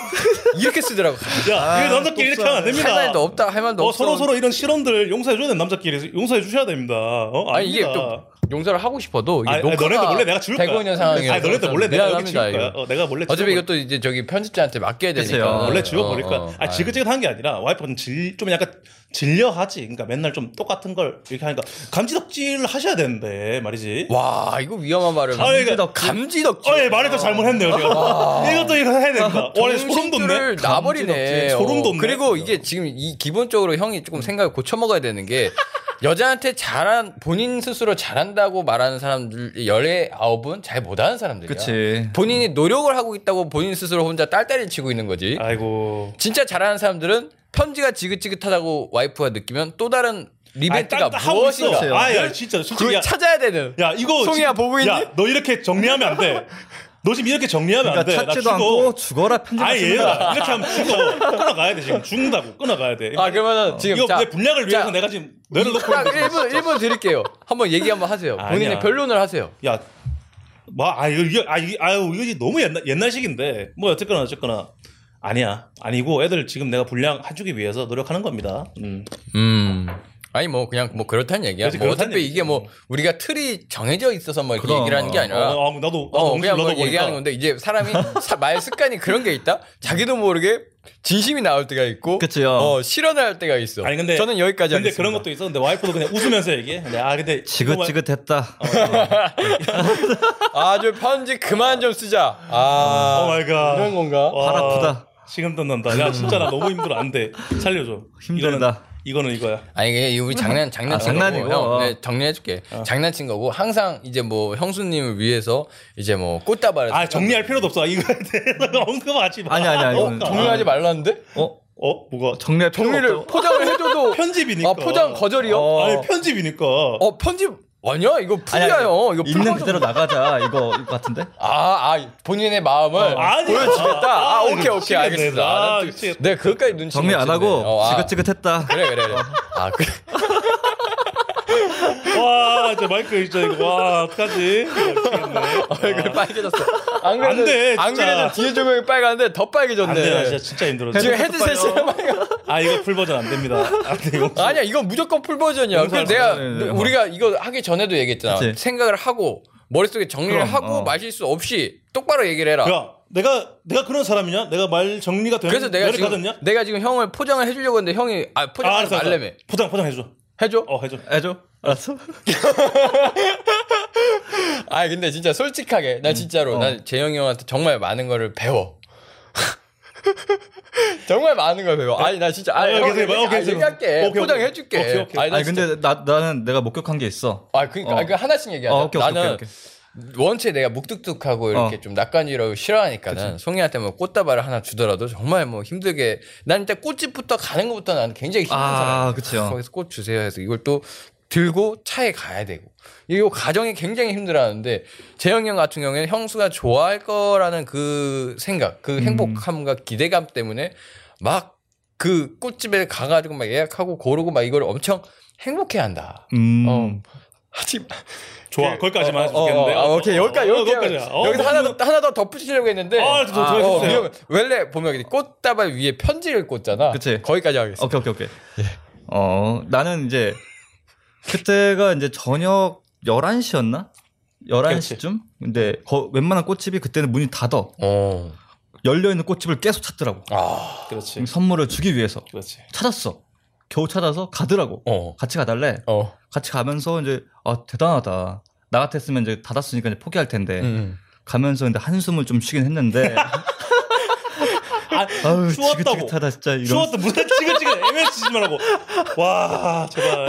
B: 이렇게 쓰더라고.
C: 야,
A: 아,
C: 이거 남자끼리 이렇게 하면 안 됩니다.
B: 할 말도 없다 할 말도
C: 어,
B: 없어.
C: 서로 서로 이런 실언들 용서해 줘야 돼 남자끼리 용서해 주셔야 됩니다. 어,
B: 아니 이게
C: 아닙니다.
B: 또 용서를 하고 싶어도 이게
C: 아니, 아니,
B: 녹화가
C: 너네들 몰래 내가 지울 거야.
B: 되고 있는 상황이어서
C: 아니 너네들 몰래 내가 여기 지울
B: 미안합니다,
C: 거야.
B: 이거.
C: 어, 내가 몰래 지울
B: 어차피
C: 거야.
B: 이것도 이제 저기 편집자한테 맡겨야 되니까
A: 그치요.
C: 원래 지워버릴 거야.
B: 어, 어.
C: 아니 지긋지긋한 게 아니라 와이프가 좀, 질, 좀 약간 질려하지. 그러니까 맨날 좀 똑같은 걸 이렇게 하니까 감지덕질 하셔야 되는데 말이지.
B: 와 이거 위험한 말을
C: 아, 이거-
B: 감지덕 감지덕
C: 어, 예, 말을 또 잘못했네요, 제가. 이것도 이거 해야 된다. 와, 소름 돋네.
B: 정신줄을 아. 놔버리네
C: 감지덕질. 소름
B: 어,
C: 돋네. 음.
B: 그리고 이게 지금 이 기본적으로 형이 조금 생각을 고쳐 먹어야 되는 게 여자한테 잘한 본인 스스로 잘한다고 말하는 사람들 열의 아홉은 잘 못하는 사람들이야
A: 그치.
B: 본인이 노력을 하고 있다고 본인 스스로 혼자 딸딸이 치고 있는 거지
C: 아이고.
B: 진짜 잘하는 사람들은 편지가 지긋지긋하다고 와이프가 느끼면 또 다른
C: 아니,
B: 리벤트가
C: 딴거 하고 있어.
B: 무엇인가
C: 아, 야, 진짜 솔직히
B: 그걸
C: 야,
B: 찾아야 되는
C: 야, 이거
B: 송이야,
C: 지금-
B: 보고 있니?
C: 야, 너 이렇게 정리하면 안 돼. 너 지금 이렇게 정리하면
A: 그러니까
C: 안 돼. 나
A: 찾지도
C: 죽어.
A: 않고 죽어라 편지.
C: 아니, 얘들아, 이렇게 하면 죽어. 끊어가야 돼, 지금. 죽는다고. 끊어가야 돼.
B: 아 그러면은 지금
C: 이거
B: 자,
C: 내 분량을 위해서
B: 자,
C: 내가 지금 너를 놓고
B: 딱
C: 있는 거지.
B: 1분 1분 드릴게요. 한번 얘기 한번 하세요. 본인의
C: 아니야.
B: 변론을 하세요.
C: 야, 뭐, 아, 이거, 이거- 아, 이거, 아유, 이거 이제 너무 옛날, 옛날식인데. 뭐, 어쨌거나, 어쨌거나. 아니야. 아니고, 애들 지금 내가 분량 해주기 위해서 노력하는 겁니다. 음.
B: 음. 아니 뭐 그냥 뭐 그렇다는 얘기야.
C: 그렇지,
B: 뭐
C: 그렇다는
B: 어차피
C: 얘기지.
B: 이게 뭐 우리가 틀이 정해져 있어서 뭐 이렇게
A: 그럼.
B: 얘기를 하는 게
C: 어,
B: 아니라 어,
C: 아, 나도, 나도 엉뚱이
B: 그냥 뭐
C: 놀다 보니까.
B: 얘기하는 건데 이제 사람이 사- 말 습관이 그런 게 있다. 자기도 모르게 진심이 나올 때가 있고
A: 그치요.
B: 어, 실언할 때가 있어.
C: 아니, 근데.
B: 저는 여기까지
C: 근데
B: 하겠습니다.
C: 그런 것도 있었는데, 와이프도 그냥 웃으면서 얘기해. 근데, 아, 근데.
A: 지긋지긋했다.
B: 아주 편지 그만 좀 쓰자. 아.
A: 어,
C: 오 어, 마이 갓.
B: 이런 건가?
A: 팔 아프다.
C: 지금 뜯는다. 야, 진짜 나 너무 힘들어. 안 돼. 살려줘.
A: 힘들다.
C: 이거는, 이거는 이거야.
B: 아니 이게 이거 우리 장난 장난친
A: 아, 장난이고. 어.
B: 거고 형, 네, 정리해줄게 장난친 거고 항상 이제 뭐 형수님을 위해서 이제 뭐 꽃다발을
C: 아, 정리할 필요도 없어. 이거에 대해서 언급하지 마.
A: 아니, 아니, 아니,
C: 어,
A: 이거는
B: 정리하지 말라는데
A: 어?
C: 어 뭐가
A: 정리할 필요
B: 정리를
A: 없다고.
B: 포장을 해줘도
C: 편집이니까.
B: 아 포장 거절이요? 어,
A: 어.
C: 아니 편집이니까.
B: 편집 아니야 이거 풀이야 요 이거
A: 있는
B: 풀
A: 그대로 나가자 이거 이거 같은데
B: 아, 아 본인의 마음을
A: 어,
C: 아니,
B: 보여주겠다. 아,
C: 아,
B: 오케이 오케이
C: 미치겠네,
B: 알겠습니다.
C: 나.
B: 아, 난 또-
C: 미치겠다.
B: 내가 그것까지 눈치
A: 정리
B: 못
A: 안
B: 챘네.
A: 하고
B: 어, 아,
A: 지긋지긋했다
B: 그래 그래 그래. 아 그,
C: 와 진짜 마이크 진짜 이거 와 어떡하지?
B: 얼굴 빨개졌어. 안 그래도
C: 안 돼,
B: 안
C: 진짜.
B: 그래도 뒤에 조명이 빨갛는데 더 빨개졌네.
C: 안돼 진짜 진짜 힘들어.
B: 지금 헤드셋이
C: 아 이거 풀 버전 안 됩니다. 안돼 이거.
B: 아니야 이건 무조건 풀 버전이야. 그 내가
A: 네, 네, 네.
B: 우리가 이거 하기 전에도 얘기했잖아.
A: 그치.
B: 생각을 하고 머릿속에 정리를
A: 그럼,
B: 하고
A: 어.
B: 마실 수 없이 똑바로 얘기를 해라.
C: 야 내가 내가 그런 사람이냐? 내가 말 정리가 되는
B: 아. 그래서 내가 지금
C: 가졌냐?
B: 내가 지금 형을 포장을 해주려고 했는데 형이 아
C: 아
B: 포장하지
C: 알았어 알았어.
B: 말래매
C: 포장 포장 해줘.
B: 해줘.
C: 어 해줘.
A: 해줘 알았어
B: 아 근데 진짜 솔직하게
C: 음.
B: 나
C: 어.
B: 진짜로 난 재영이 형한테 정말 많은 거를 배워. 정말 많은 걸 배워. 아니 나 진짜 아니
C: 아,
B: 형,
C: 오케이, 오케이,
B: 아,
C: 오케이, 오케이.
B: 얘기할게
C: 오케이, 오케이.
B: 포장해 줄게.
C: 오케이, 오케이.
B: 아니, 나
A: 아니
B: 진짜-
A: 근데 나 나는 내가 목격한 게 있어
B: 아 그러니까
A: 어.
B: 아, 그 하나씩 얘기하자.
A: 어, 오케이, 오케이,
B: 나는
A: 오케이,
B: 원체 내가 묵뚝뚝하고 이렇게
A: 어.
B: 좀 낯간지러워 싫어하니까는 송이한테 뭐 꽃다발을 하나 주더라도 정말 뭐 힘들게 난 일단 꽃집부터 가는 것부터 나는 굉장히 힘든
A: 아,
B: 사람이야.
A: 그쵸.
B: 거기서 꽃 주세요 해서 이걸 또 들고 차에 가야 되고 이거 과정이 굉장히 힘들어하는데 재영이 형 같은 경우에는 형수가 좋아할 거라는 그 생각,
A: 음.
B: 그 행복함과 기대감 때문에 막 그 꽃집에 가가지고 막 예약하고 고르고 막 이걸 엄청 행복해한다.
A: 음
B: 어. 하지만 그,
C: 좋아 거기까지만 해도 좋겠는데.
B: 어, 어, 오케이 여기까지
C: 어,
B: 여기까지
C: 여기까지야. 어,
B: 여기서
C: 뭐,
B: 하나 더 하나 더 덧붙이려고 했는데
C: 아, 저, 저, 저
B: 어,
C: 해주세요.
B: 왜냐면 원래 보면 이렇게 꽃다발 위에 편지를 꽂잖아
A: 그치.
B: 거기까지 하겠어
A: 오케이 오케이 오케이 어 나는 이제 그때가 이제 저녁 11시였나 11시쯤 근데 거- 웬만한 꽃집이 그때는 문이 닫어
B: 어.
A: 열려 있는 꽃집을 계속 찾더라고
B: 아.
C: 그렇지.
A: 선물을 주기 위해서
C: 그렇지.
A: 찾았어 겨우 찾아서 가더라고
B: 어.
A: 같이 가달래
B: 어.
A: 같이 가면서 이제 아 대단하다 나 같았으면 이제 닫았으니까 이제 포기할
C: 네.
A: 텐데
B: 음.
A: 가면서 근데 한숨을 좀 쉬긴 했는데 아유
C: 추웠다고.
A: 지긋지긋하다 진짜 이런
C: 추웠다 무슨 지글지글 애매해지지 말라고. 와 제발.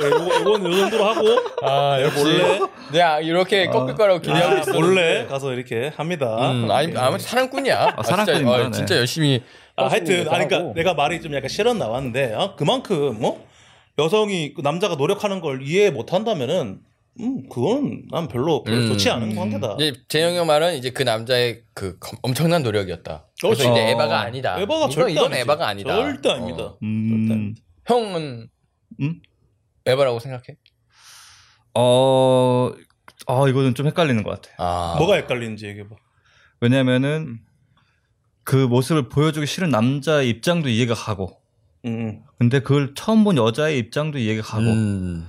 C: 예, 요거 이건 요 정도로 하고.
B: 아, 역시 몰래 내가 아, 이렇게 꺾을 거라고 기대하고
C: 아,
B: 있었는데
C: 몰래 가서 이렇게 합니다.
B: 음, 아니 아무튼 사랑꾼이야 아,
A: 사랑꾼입니다,
B: 진짜, 아,
A: 네.
B: 진짜 열심히
C: 아, 하여튼
B: 하고.
C: 아니 그러니까 내가 말이 좀 약간 실언 나왔는데 어? 그만큼 뭐 여성이 그 남자가 노력하는 걸 이해 못 한다면은 음 그건 난 별로, 별로
B: 음.
C: 좋지 않은 관계다.
B: 이제 재영이 형 말은 이제 그 남자의 그 검- 엄청난 노력이었다. 그래서
A: 그렇죠.
B: 이제 에바가 아니다.
C: 어, 에바가
B: 이건-
C: 절대
B: 이건
C: 아니지.
B: 에바가 아니다.
C: 절대
B: 어.
C: 아닙니다. 절대
A: 음,
C: 아닙니다.
B: 형은
A: 음?
B: 에바라고 생각해?
A: 어, 아 이거는 좀 헷갈리는 것 같아.
B: 아
C: 뭐가 헷갈리는지 얘기해봐.
A: 왜냐면은
B: 음.
A: 그 모습을 보여주기 싫은 남자의 입장도 이해가 가고,
C: 음.
A: 근데 그걸 처음 본 여자의 입장도 이해가 가고,
B: 음.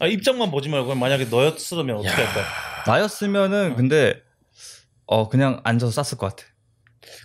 C: 아 입장만 보지 말고 만약에 너였으면 어떻게
B: 야.
C: 할까?
A: 나였으면은 근데 어 그냥 앉아서 쌌을 것 같아.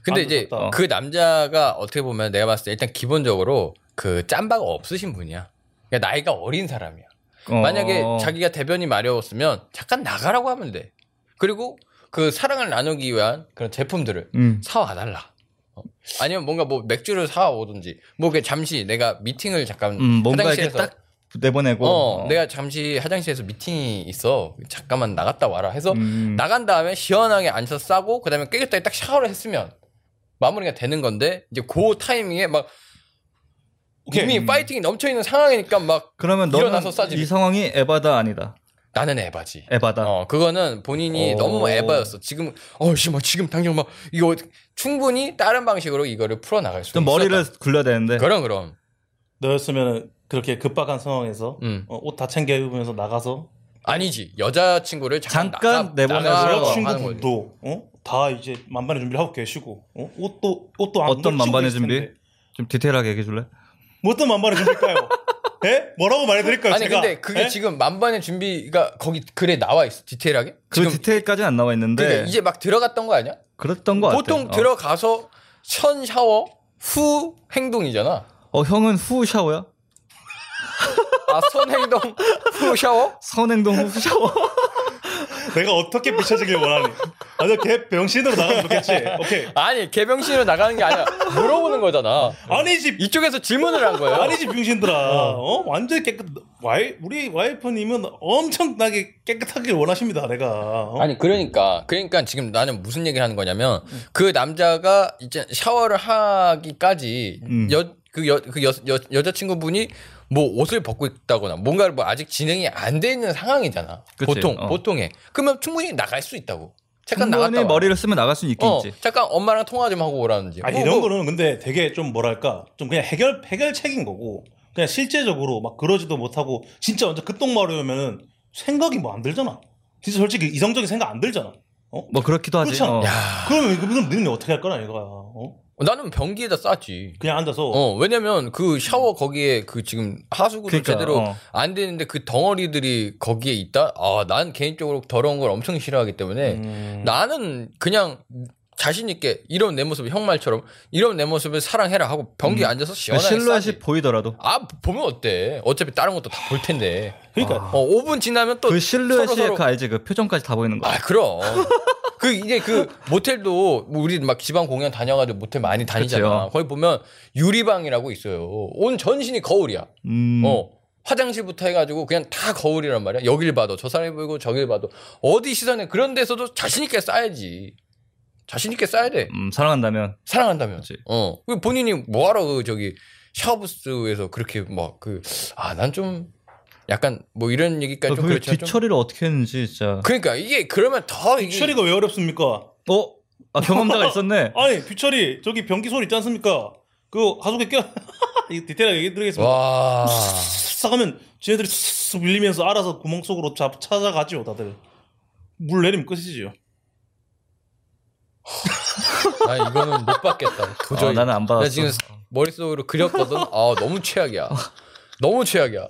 B: 근데
C: 안
B: 이제
C: 좋다.
B: 그 남자가 어떻게 보면 내가 봤을 때 일단 기본적으로 그 짬바가 없으신 분이야. 그러니까 나이가 어린 사람이야.
A: 어,
B: 만약에 자기가 대변이 마려웠으면 잠깐 나가라고 하면 돼. 그리고 그 사랑을 나누기 위한 그런 제품들을
A: 음,
B: 사와달라. 어. 아니면 뭔가 뭐 맥주를 사오든지 뭐 그 잠시 내가 미팅을 잠깐
A: 음, 뭔가 이렇게
B: 화장실에서
A: 딱 뭐, 내보내고,
B: 그 어, 내가 잠시 화장실에서 미팅이 있어 잠깐만 나갔다 와라 해서
A: 음,
B: 나간 다음에 시원하게 앉아서 싸고 그다음에 깨끗하게 딱 샤워를 했으면 마무리가 되는 건데 이제 그 타이밍에 막
C: 오케이.
B: 이미 파이팅이 넘쳐 있는 상황이니까 막
A: 그러면 너는
B: 일어나서 싸지.
A: 이 상황이 에바다 아니다.
B: 나는 에바지.
A: 에바다.
B: 어, 그거는 본인이
C: 어.
B: 너무 에바였어. 지금, 어, 씨, 뭐, 지금 당장 막, 이거 충분히 다른 방식으로 이거를 풀어나갈 수 있어.
A: 좀 머리를 굴려야 되는데.
B: 그럼, 그럼.
C: 너였으면 그렇게 급박한 상황에서 어,
B: 음.
C: 옷 다 챙겨 입으면서 나가서
B: 아니지. 여자친구를 잠깐,
A: 잠깐
B: 나가,
A: 내보내고
B: 나가라고 아, 하는 거지.
C: 여자친구분도 어? 다 이제 만반의 준비를 하고 계시고 어? 옷도 옷도 안
A: 어떤
C: 걸치고
A: 만반의
C: 있을
A: 준비?
C: 텐데.
A: 좀 디테일하게 얘기해 줄래?
C: 뭐 어떤 만반의 준비일까요? 예? 뭐라고 말해드릴까요?
B: 아니,
C: 제가?
B: 근데 그게
C: 예?
B: 지금 만반의 준비가 거기 글에 나와 있어. 디테일하게.
A: 그 디테일까지는 안 나와 있는데
B: 그러니까 이제 막 들어갔던 거 아니야?
A: 그랬던 것 같아.
B: 보통
A: 어.
B: 들어가서 선 샤워 후 행동이잖아.
A: 어 형은 후 샤워야?
B: 아, 선 행동 후 샤워?
A: 선행동 후 샤워?
C: 내가 어떻게 비춰지길 원하니? 완전 개 병신으로 나가면 좋겠지. 오케이.
B: 아니 개병신으로 나가는 게 아니라 물어보는 거잖아.
C: 아니지.
B: 이쪽에서 질문을 한 거예요.
C: 아니지 병신들아. 어? 완전 깨끗. 와이 우리 와이프님은 엄청나게 깨끗하길 원하십니다. 내가. 어?
B: 아니 그러니까 그러니까 지금 나는 무슨 얘기를 하는 거냐면 그 남자가 이제 샤워를 하기까지
A: 음.
B: 여 그 여 그 여 여자 친구분이 뭐 옷을 벗고 있다거나 뭔가를 뭐 아직 진행이 안 돼 있는 상황이잖아.
A: 그치,
B: 보통
A: 어.
B: 보통에 그러면 충분히 나갈 수 있다고. 잠깐 나갔다
A: 충분히
B: 와.
A: 머리를 쓰면 나갈 수는
B: 어,
A: 있겠지.
B: 잠깐 엄마랑 통화 좀 하고 오라는지.
C: 아니
B: 뭐,
C: 이런
B: 뭐,
C: 거는 근데 되게 좀 뭐랄까 좀 그냥 해결 해결책인 거고 그냥 실제적으로 막 그러지도 못하고 진짜 완전 급동마루면은 생각이 뭐 안 들잖아. 진짜 솔직히 이성적인 생각 안 들잖아.
A: 뭐 그렇기도 하지.
C: 그렇잖아.
A: 어.
B: 그렇죠. 야,
C: 그러면 그럼 너는 어떻게 할 거냐 이거야. 어?
B: 나는 변기에다 싸지.
C: 그냥 앉아서
B: 어, 왜냐면 그 샤워 거기에 그 지금 하수구도
A: 그러니까,
B: 제대로
A: 어.
B: 안 되는데 그 덩어리들이 거기에 있다? 아, 난 개인적으로 더러운 걸 엄청 싫어하기 때문에
C: 음.
B: 나는 그냥 자신 있게 이런 내 모습 형 말처럼 이런 내 모습을 사랑해라 하고 변기에 앉아서
A: 음.
B: 시원하게
A: 그러니까 실루엣이
B: 싸지.
A: 보이더라도
B: 아, 보면 어때? 어차피 다른 것도 다 볼 텐데.
C: 그러니까
B: 어, 5분 지나면 또
A: 그 실루엣이
B: 서로 서로-
A: 그 알지 그 표정까지 다 보이는 거.
B: 아, 그럼. 그 이게 그 모텔도 뭐 우리 막 지방 공연 다녀가지고 모텔 많이 다니잖아.
A: 그치요.
B: 거기 보면 유리방이라고 있어요. 온 전신이 거울이야.
A: 음.
B: 어. 화장실부터 해가지고 그냥 다 거울이란 말이야. 여길 봐도 저 사람이 보이고 저길 봐도 어디 시선에 그런 데서도 자신 있게 싸야지. 자신 있게 싸야 돼.
A: 음, 사랑한다면
B: 사랑한다면.
A: 그치.
B: 어. 그 본인이 뭐하러 그 저기 샤워부스에서 그렇게 막 그 아 난 좀 약간 뭐 이런 얘기까지 좀
A: 그
B: 그렇지만 좀
A: 뒤처리를 어떻게 했는지 진짜.
B: 그러니까 이게 그러면 더 이게
C: 퓨처리가 왜 어렵습니까?
A: 어? 아 경험자가 있었네.
C: 아니 퓨처리 저기 변기 소리 있지 않습니까? 그 하수구 껴. 이 디테일하게 얘기 드리겠습니다.
B: 와.
C: 싹하면 쟤네들이 쓱 밀리면서 알아서 구멍 속으로 자- 찾아가지요 다들. 물 내리면 끝이지요.
B: 나 이거는 못 받겠다. 도저히.
A: 아, 나는 어. 안 받았어.
B: 나 지금 머릿속으로 그렸거든. 아, 너무 최악이야. 너무 최악이야.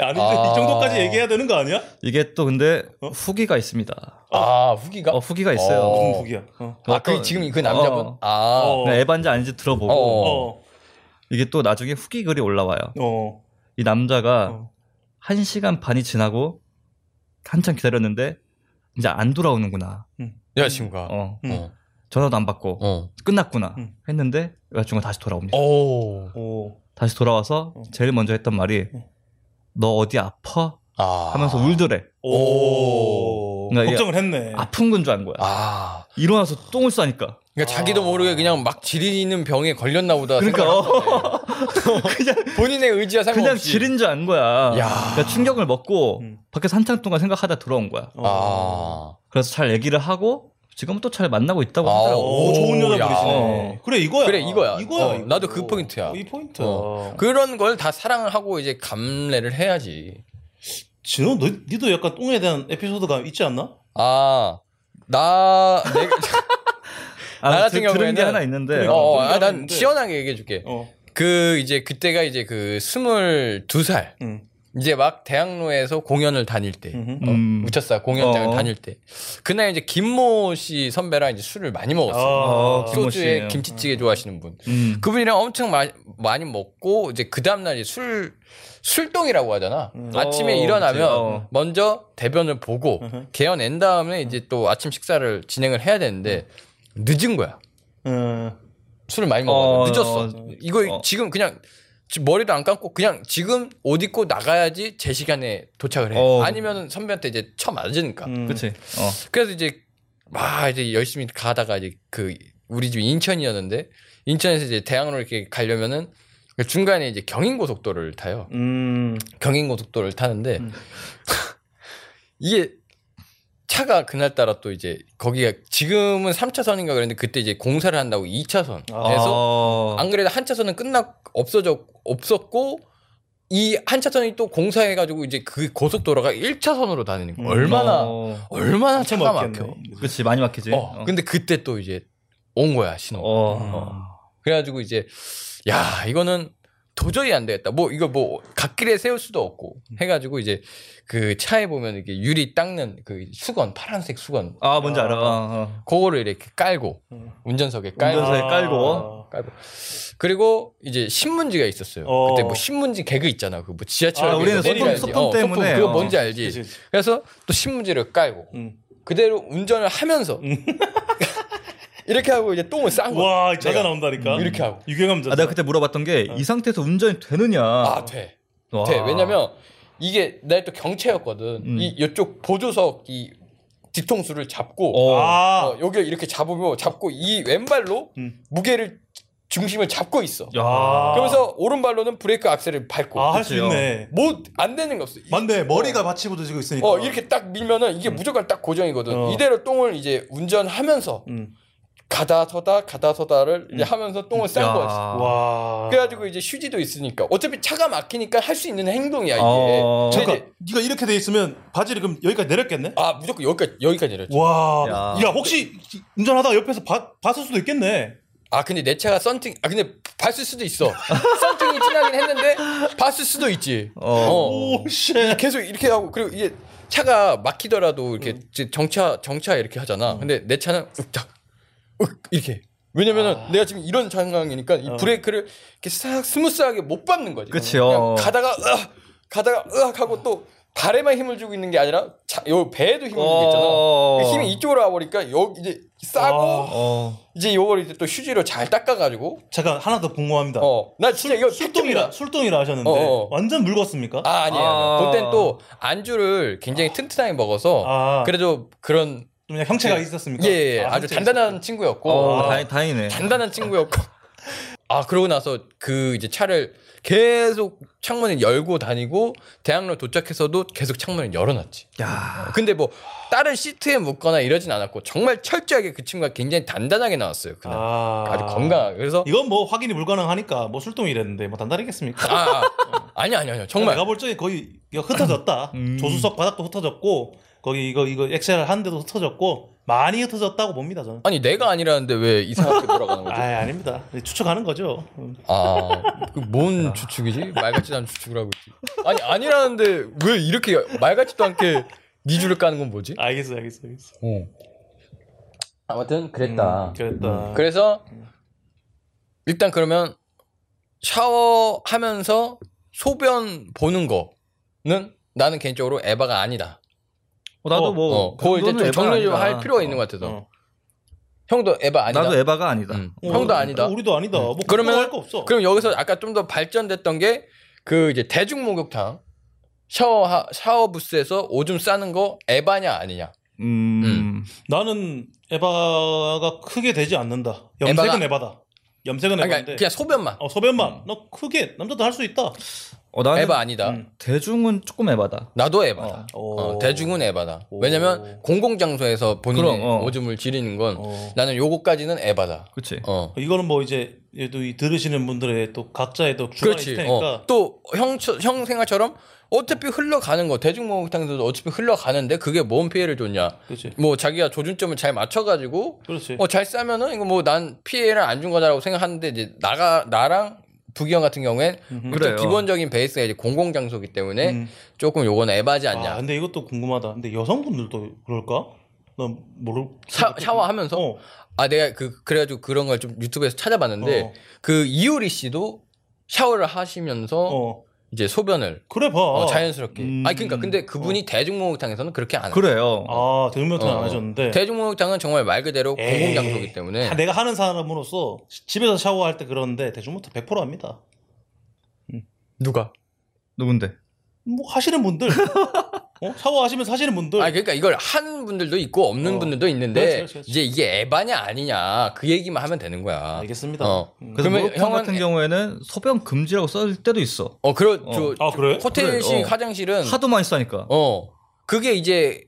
C: 아니
B: 아.
C: 이 정도까지 얘기해야 되는 거 아니야?
A: 이게 또 근데
C: 어?
A: 후기가 있습니다.
B: 아, 후기가?
A: 어 후기가 있어요.
B: 어.
C: 무슨 북이야? 어.
B: 아,
A: 어떤-
B: 그 지금 그 남자분?
A: 어.
B: 아.
C: 어.
A: 그냥 에반지 아닌지 들어보고
B: 어.
C: 어.
A: 이게 또 나중에 후기 글이 올라와요.
C: 어.
A: 이
B: 아.
A: 남자가
C: 어.
A: 한 1시간 반이 지나고 한참 기다렸는데 이제 안 돌아오는구나.
B: 여자친구가. 어.
A: 어.
C: 음.
A: 전화도 안 받고
B: 어.
A: 끝났구나
C: 음.
A: 했는데 여자친구가 다시 돌아옵니다. 어.
B: 오.
C: 오.
A: 다시 돌아와서
C: 어.
A: 제일 먼저 했던 말이
C: 어.
A: 너 어디 아파?
B: 아.
A: 하면서 울더래.
C: 오.
A: 그러니까 이게
C: 걱정을 했네.
A: 아픈 건 줄 안 거야.
B: 아.
A: 일어나서 똥을 싸니까.
B: 그러니까
C: 아.
B: 자기도 모르게 그냥 막 지리는 병에 걸렸나 보다.
A: 그러니까
B: 생각을 한 거네.
A: 어. 그냥
B: 본인의 의지와
A: 그냥
B: 상관없이.
A: 지린 줄 안 거야.
B: 야.
A: 그러니까 충격을 먹고
C: 음.
A: 밖에서 한참 동안 생각하다 들어온 거야.
C: 어.
B: 아.
A: 그래서 잘 얘기를 하고 지금 또 잘 만나고 있다고
B: 아,
A: 하더라고.
C: 오, 좋은
B: 오, 야. 어.
C: 여자 분이시네. 그래 이거야.
B: 그래, 이거야.
C: 이거야.
B: 어,
C: 이거.
B: 나도 그 포인트야.
C: 이 포인트.
B: 어.
C: 야
B: 그런 걸 다 사랑을 하고 이제 감내를 해야지.
C: 진호, 너 니도 약간 똥에 대한 에피소드가 있지 않나?
B: 아. 나, 내,
A: 아,
B: 나
A: 나
B: 같은
A: 들, 들은 게
B: 경우에는-
A: 하나 있는데
C: 그러니까.
A: 어.
B: 어, 아, 난
C: 있는데.
B: 시원하게 얘기해줄게.
C: 어.
B: 그 이제 그때가 이제 그 22살
C: 응.
B: 이제 막 대학로에서 공연을 다닐 때
C: 음.
B: 어,
A: 음.
B: 우차사 공연장을
A: 어.
B: 다닐 때 그날 이제 김모 씨 선배랑 이제 술을 많이 먹었어요.
A: 어,
C: 아.
A: 김-
B: 소주에
A: 김모 씨예요.
B: 김치찌개 좋아하시는 분.
A: 음.
B: 그분이랑 엄청 마- 많이 먹고 이제 그 다음 날 이제 술 술동이라고 하잖아.
C: 음.
B: 아침에
A: 어,
B: 일어나면
A: 그치. 어. 음.
B: 먼저 대변을 보고
C: 으흠.
B: 개어낸 다음에 이제 또 아침 식사를 진행을 해야 되는데 늦은 거야.
C: 음.
B: 술을 많이 먹어.
A: 어,
B: 늦었어.
A: 어,
B: 이거
A: 어.
B: 지금 그냥 지- 머리도 안 감고 그냥 지금 옷 입고 나가야지 제 시간에 도착을 해.
A: 어.
B: 아니면 선배한테 이제 처 맞으니까.
C: 음.
A: 그치. 어.
B: 그래서 이제 막 이제 열심히 가다가 이제 그 우리 집이 인천이었는데 인천에서 이제 대학로 이렇게 가려면은 그 중간에 이제 경인고속도로를 타요.
C: 음.
B: 경인고속도로를 타는데
C: 음.
B: 이게 차가 그날따라 또 이제 거기가 지금은 3차선인가 그랬는데 그때 이제 공사를 한다고 2차선에서
A: 아. 그래서
B: 어. 안 그래도 한 차선은 끝나 없어져 없었고 이 한 차선이 또 공사해가지고 이제 그 고속도로가 1차선으로 다니는 거
C: 음.
B: 얼마나
A: 어.
B: 얼마나
C: 엄청
B: 차가
C: 막혔네.
B: 막혀.
A: 그치 많이 막히지.
B: 어, 근데 그때 또 이제 온 거야 신호.
A: 어.
B: 그래가지고 이제 야 이거는 도저히 안 되겠다. 뭐 이거 뭐 갓길에 세울 수도 없고 해가지고 이제 그 차에 보면 이렇게 유리 닦는 그 수건 파란색 수건
A: 아 뭔지
C: 아.
A: 알아. 어.
B: 그거를 이렇게 깔고
C: 음.
B: 운전석에 깔고
A: 운전석에
C: 아.
A: 깔고.
B: 깔고. 그리고 이제 신문지가 있었어요.
C: 어.
B: 그때 뭐 신문지 개그 있잖아. 그 뭐 지하철
C: 아,
A: 우리는
B: 내려야지.
A: 소품- 소품 때문에.
B: 어, 그거
A: 어.
B: 뭔지 알지.
C: 그치, 그치.
B: 그래서 또 신문지를 깔고
C: 음.
B: 그대로 운전을 하면서
A: 음.
B: 이렇게 하고 이제 똥을 싼 거야.
C: 와 자자
B: 내가 음.
C: 나온다니까. 음.
B: 이렇게 하고.
C: 유경험
A: 아,
C: 자자.
A: 내가 그때 물어봤던 게 이 상태에서 운전이 되느냐.
B: 아 돼.
A: 와.
B: 돼. 왜냐면 이게 날 또 경체였거든.
A: 음.
B: 이 이쪽 보조석 이 뒤통수를 잡고
A: 어.
C: 아,
B: 어, 여기 이렇게 잡으면 잡고 이 왼발로
C: 음.
B: 무게를 중심을 잡고 있어.
A: 야.
B: 그러면서 오른발로는 브레이크 악셀을 밟고
C: 아, 할 수
A: 그치요.
C: 있네.
B: 뭐 안 되는 게 없어. 이-
D: 맞네 머리가 받치 부러지고 있으니까.
B: 어 이렇게 딱 밀면은 이게 무조건 딱 고정이거든.
C: 어.
B: 이대로 똥을 이제 운전하면서
C: 음.
B: 가다 서다 가다 서다를 이제 하면서 똥을 싼
A: 야.
C: 아.
B: 거였어.
C: 와.
B: 그래가지고 이제 휴지도 있으니까 어차피 차가 막히니까 할 수 있는 행동이야 이게.
A: 어.
B: 근데
C: 잠깐.
B: 이제-
D: 네가 이렇게 돼 있으면 바지를 그럼 여기까지 내렸겠네.
B: 아 무조건 여기까지 여기까지 내렸지.
C: 와.
A: 야.
C: 야, 혹시 운전하다가 옆에서 봐, 봤을 수도 있겠네.
B: 아 근데 내 차가 썬팅 아 근데 봤을 수도 있어. 썬팅이 진하긴 했는데 봤을 수도 있지.
A: 어.
C: 오,
B: 이
C: 쉣.
B: 계속 이렇게 하고 그리고 이게 차가 막히더라도 이렇게 이제 정차 정차 이렇게 하잖아. 근데 내 차는 욱작 욱 이렇게. 왜냐면은 내가 지금 이런 상황이니까 이 브레이크를 이렇게 싹 스무스하게 못 밟는 거지.
A: 그치요.
B: 그냥 가다가 으악 가다가 으악 하고 또 발에만 힘을 주고 있는 게 아니라 차, 요 배에도 힘을 주고 있잖아.
A: 어.
B: 힘이 이쪽으로 와 버리니까 여 이제 싸고
C: 아.
A: 어.
B: 이제 요걸 이제 또 휴지로 잘 닦아 가지고
C: 잠깐 하나 더 궁금합니다.
B: 어 나 진짜 이거
C: 술동이라
B: 팩트입니다.
C: 술동이라 하셨는데
B: 어, 어.
C: 완전 묽었습니까?
B: 아 아니에요.
A: 아.
B: 그땐 또 안주를 굉장히 튼튼하게 먹어서
C: 아.
B: 그래도 그런
C: 좀 그냥 형체가
B: 예.
C: 있었습니까?
B: 예, 예.
C: 아,
B: 아, 주
C: 형체가
B: 단단한 친구였고
A: 어,
C: 아.
A: 다행, 다행이네.
B: 단단한 친구였고 아 그러고 나서 그 이제 차를 계속 창문을 열고 다니고 대학로 도착해서도 계속 창문을 열어놨지.
A: 야.
B: 근데 뭐 다른 시트에 묻거나 이러진 않았고 정말 철저하게 그 친구가 굉장히 단단하게 나왔어요. 그날
C: 아.
B: 아... 주 건강하게 그래서
C: 이건 뭐 확인이 불가능하니까 뭐 술동이랬는데 뭐 단단하겠습니까?
B: 아, 아 아니 아니 아니 정말
C: 내가 볼 적에 거의 이거 흩어졌다.
A: 음.
C: 조수석 바닥도 흩어졌고 거기 이거 이거 엑셀을 하는데도 흩어졌고 많이 흩어졌다고 봅니다 저는.
B: 아니 내가 아니라는데 왜 이상하게 돌아가는
C: 아
B: 거지?
C: 아닙니다. 추측하는 거죠. 음.
B: 아, 그 아뭔 주축이지? 말 같지도 않은 주축을 하고 있지. 아니 아니라는데 왜 이렇게 말 같지도 않게 니 줄을 까는 건 뭐지?
C: 알겠어, 알겠어, 알겠어.
B: 아무튼
C: 음, 그랬다.
B: 그래서 일단 그러면 샤워하면서 소변 보는 거는 나는 개인적으로 에바가 아니다.
A: 어, 나도
C: 어,
A: 뭐.
B: 어, 그거 이제
A: 정도는
B: 좀
A: 에바가
B: 정리
A: 아니다.
B: 좀
A: 어.
B: 할 필요가 있는 것 같아서. 형도 에바 아니다.
A: 나도 에바가 아니다.
B: 음,
C: 어,
B: 형도 아니다.
C: 우리도 아니다. 뭐
B: 그러면-
C: 그러면 할거 없어.
B: 그럼 여기서 아까 좀 더 발전됐던 게 그 이제 대중 목욕탕 샤워 하- 샤워 부스에서 오줌 싸는 거 에바냐 아니냐.
A: 음.
B: 음.
C: 나는 에바가 크게 되지 않는다. 염색은
B: 에바가-
C: 에바다 염색은
B: 그러니까
C: 에바인데.
B: 그냥 음. 소변만
C: 어, 소변만. 너 크게 남자도 할 수 있다.
A: 어, 나는
B: 에바 아니다.
C: 음.
A: 대중은 조금 에바다.
B: 나도 에바다.
C: 오.
B: 어, 대중은 에바다.
C: 오.
B: 왜냐면 공공 장소에서 본인의
A: 그럼, 어.
B: 오줌을 지르는 건
C: 어.
B: 나는 요거까지는 에바다.
A: 그치.
B: 어.
C: 이거는 뭐 이제 얘도 이 들으시는 분들의 또 각자의 또 주관이 있을
B: 그렇지.
C: 테니까.
B: 어. 또형 형 생활처럼 어차피 흘러가는 거 대중 목욕탕에서도 어차피 흘러가는데 그게 뭔 피해를 줬냐.
C: 그렇지.
B: 뭐 자기가 조준점을 잘 맞춰가지고
C: 그렇지.
B: 어, 잘 싸면은 이거 뭐 난 피해를 안 준 거다라고 생각하는데 이제 나가 나랑 부기 형 같은 경우엔 일단
A: 그래요.
B: 기본적인 베이스가 이제 공공 장소기 때문에
C: 음.
B: 조금 요거는 에바지
C: 아,
B: 네? 않냐.
C: 근데 이것도 궁금하다. 근데 여성분들도 그럴까? 난 모르.
B: 샤, 샤워하면서
C: 어.
B: 아 내가 그 그래가지고 그런 걸 좀 유튜브에서 찾아봤는데
C: 어.
B: 그 이효리 씨도 샤워를 하시면서
C: 어.
B: 이제 소변을
C: 그래 봐.
B: 어, 자연스럽게.
C: 음.
B: 아 그러니까 근데 그분이 대중목욕탕에서는 그렇게 안 해요.
A: 그래요.
C: 아, 대중명탕
B: 네. 어,
C: 안 하셨는데.
B: 대중목욕탕은 네. 정말 말 그대로
C: 에이.
B: 공공 장소기 때문에
C: 아, 내가 하는 사람으로서 집에서 샤워할 때 그러는데 대중부터 100% 합니다.
B: 누가?
A: 누군데?
C: 뭐 하시는 분들, 어? 샤워하시면서 하시는 분들.
B: 아 그러니까 이걸 한 분들도 있고 없는
C: 어.
B: 분들도 있는데
C: 그렇지, 그렇지, 그렇지.
B: 이제 이게 에바냐 아니냐 그 얘기만 하면 되는 거야.
C: 알겠습니다.
B: 어.
C: 음.
A: 그래서
B: 그러면
A: 목욕탕
B: 형은- 예.
A: 같은 경우에는 소변 금지라고 쓸 때도 있어.
B: 어 그런
A: 어.
B: 저
C: 아 그래?
B: 호텔식
A: 그래, 어.
B: 화장실은
A: 하도 많이 싸니까.
B: 어 그게 이제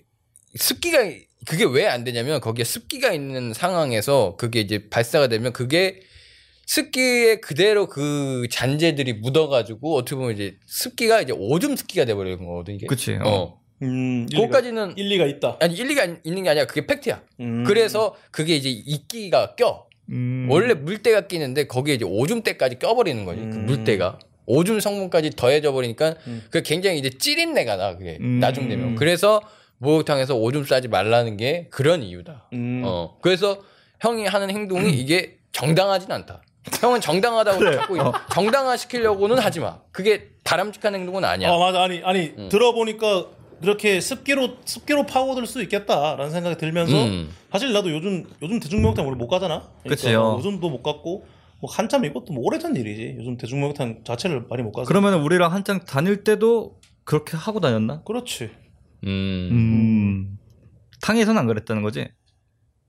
B: 습기가 그게 왜 안 되냐면 거기에 습기가 있는 상황에서 그게 이제 발사가 되면 그게 습기에 그대로 그 잔재들이 묻어가지고 어떻게 보면 이제 습기가 이제 오줌 습기가 돼버리는 거거든 이게.
A: 그치. 어.
B: 어.
C: 음, 일리가-
B: 그거까지는
C: 일리가 있다.
B: 아니 일리가 있는 게 아니라 그게 팩트야.
C: 음.
B: 그래서 그게 이제 이끼가 껴.
A: 음.
B: 원래 물때가 끼는데 거기에 이제 오줌때까지 껴버리는 거지. 그
C: 음.
B: 물때가 오줌 성분까지 더해져 버리니까
C: 음.
B: 그 굉장히 이제 찌린내가 나 그게
A: 음.
B: 나중 되면. 그래서 목욕탕에서 오줌 싸지 말라는 게 그런 이유다.
C: 음.
B: 어 그래서 형이 하는 행동이 이게 정당하진 않다. 형은 정당하다고 자꾸
C: 어. 어,
B: 정당화 시키려고는 하지 마. 그게 바람직한 행동은 아니야. 음.
C: 아 맞아. 아니 아니 들어보니까 이렇게 습기로 습기로 파고들 수 있겠다라는 생각이 들면서
B: 음.
C: 사실 나도 요즘 요즘 대중목욕탕 원래 못 가잖아. 그러니까
A: 그치요.
C: 요즘도 못 갔고 뭐 한참 이것도 뭐 오래전 일이지. 요즘 대중목욕탕 자체를 많이 못 가서.
A: 그러면 우리랑 한창 다닐 때도 그렇게 하고 다녔나?
C: 그렇지.
B: 음.
A: 음. 탕에서는 안 그랬다는 거지?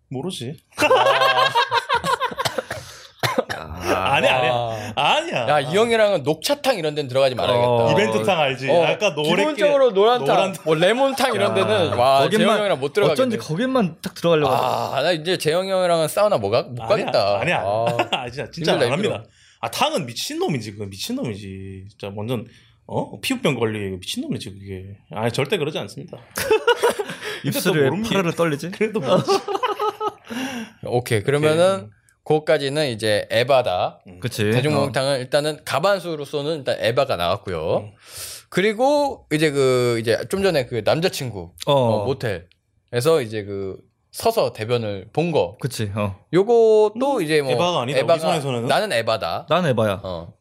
C: 모르지.
A: 아,
C: 아니야 아니야
B: 아.
C: 아니야.
B: 야, 이 형이랑은 녹차탕 이런 데는 들어가지 말아야겠다.
A: 어.
C: 이벤트탕 알지?
B: 어,
C: 네, 아까 노래
B: 기본적으로 노란탕,
C: 노란탕.
B: 뭐 레몬탕 이런 데는 와 재영 형이랑 못 들어가겠네. 아,
A: 어쩐지 거기만 딱 들어가려고. 아,
B: 아나 이제 재영 형이랑은 사우나 뭐가 못 가겠다.
C: 아니야.
B: 아,
C: 아, 진짜 진짜
B: 힘들다,
C: 안 합니다.
B: 힘들어.
C: 아 탕은 미친 놈이지 그 미친 놈이지. 진짜 완전 어 피부병 걸리 미친 놈이지 그게. 아 절대 그러지 않습니다.
A: 입술을
C: 모르는 게-
A: 파르르 떨리지?
C: 그래도 뭐.
B: 오케이 어. 그러면은 그거까지는 이제 에바다.
A: 그치.
C: 네. 어.
B: 대중목탕은 일단은 가반수로서는 일단 에바가 나왔고요.
C: 음.
B: 그리고 이제 그 이제 좀 전에 그 남자친구
A: 어,
B: 어,
A: 어,
B: 모텔에서 이제 그 서서 대변을 본 거.
A: 그치. 어.
B: 요것도 이제 뭐
C: 음. 에바가 아니다. 우리 손에서는.
B: 나는 에바다.
A: 난 에바야.
B: 어.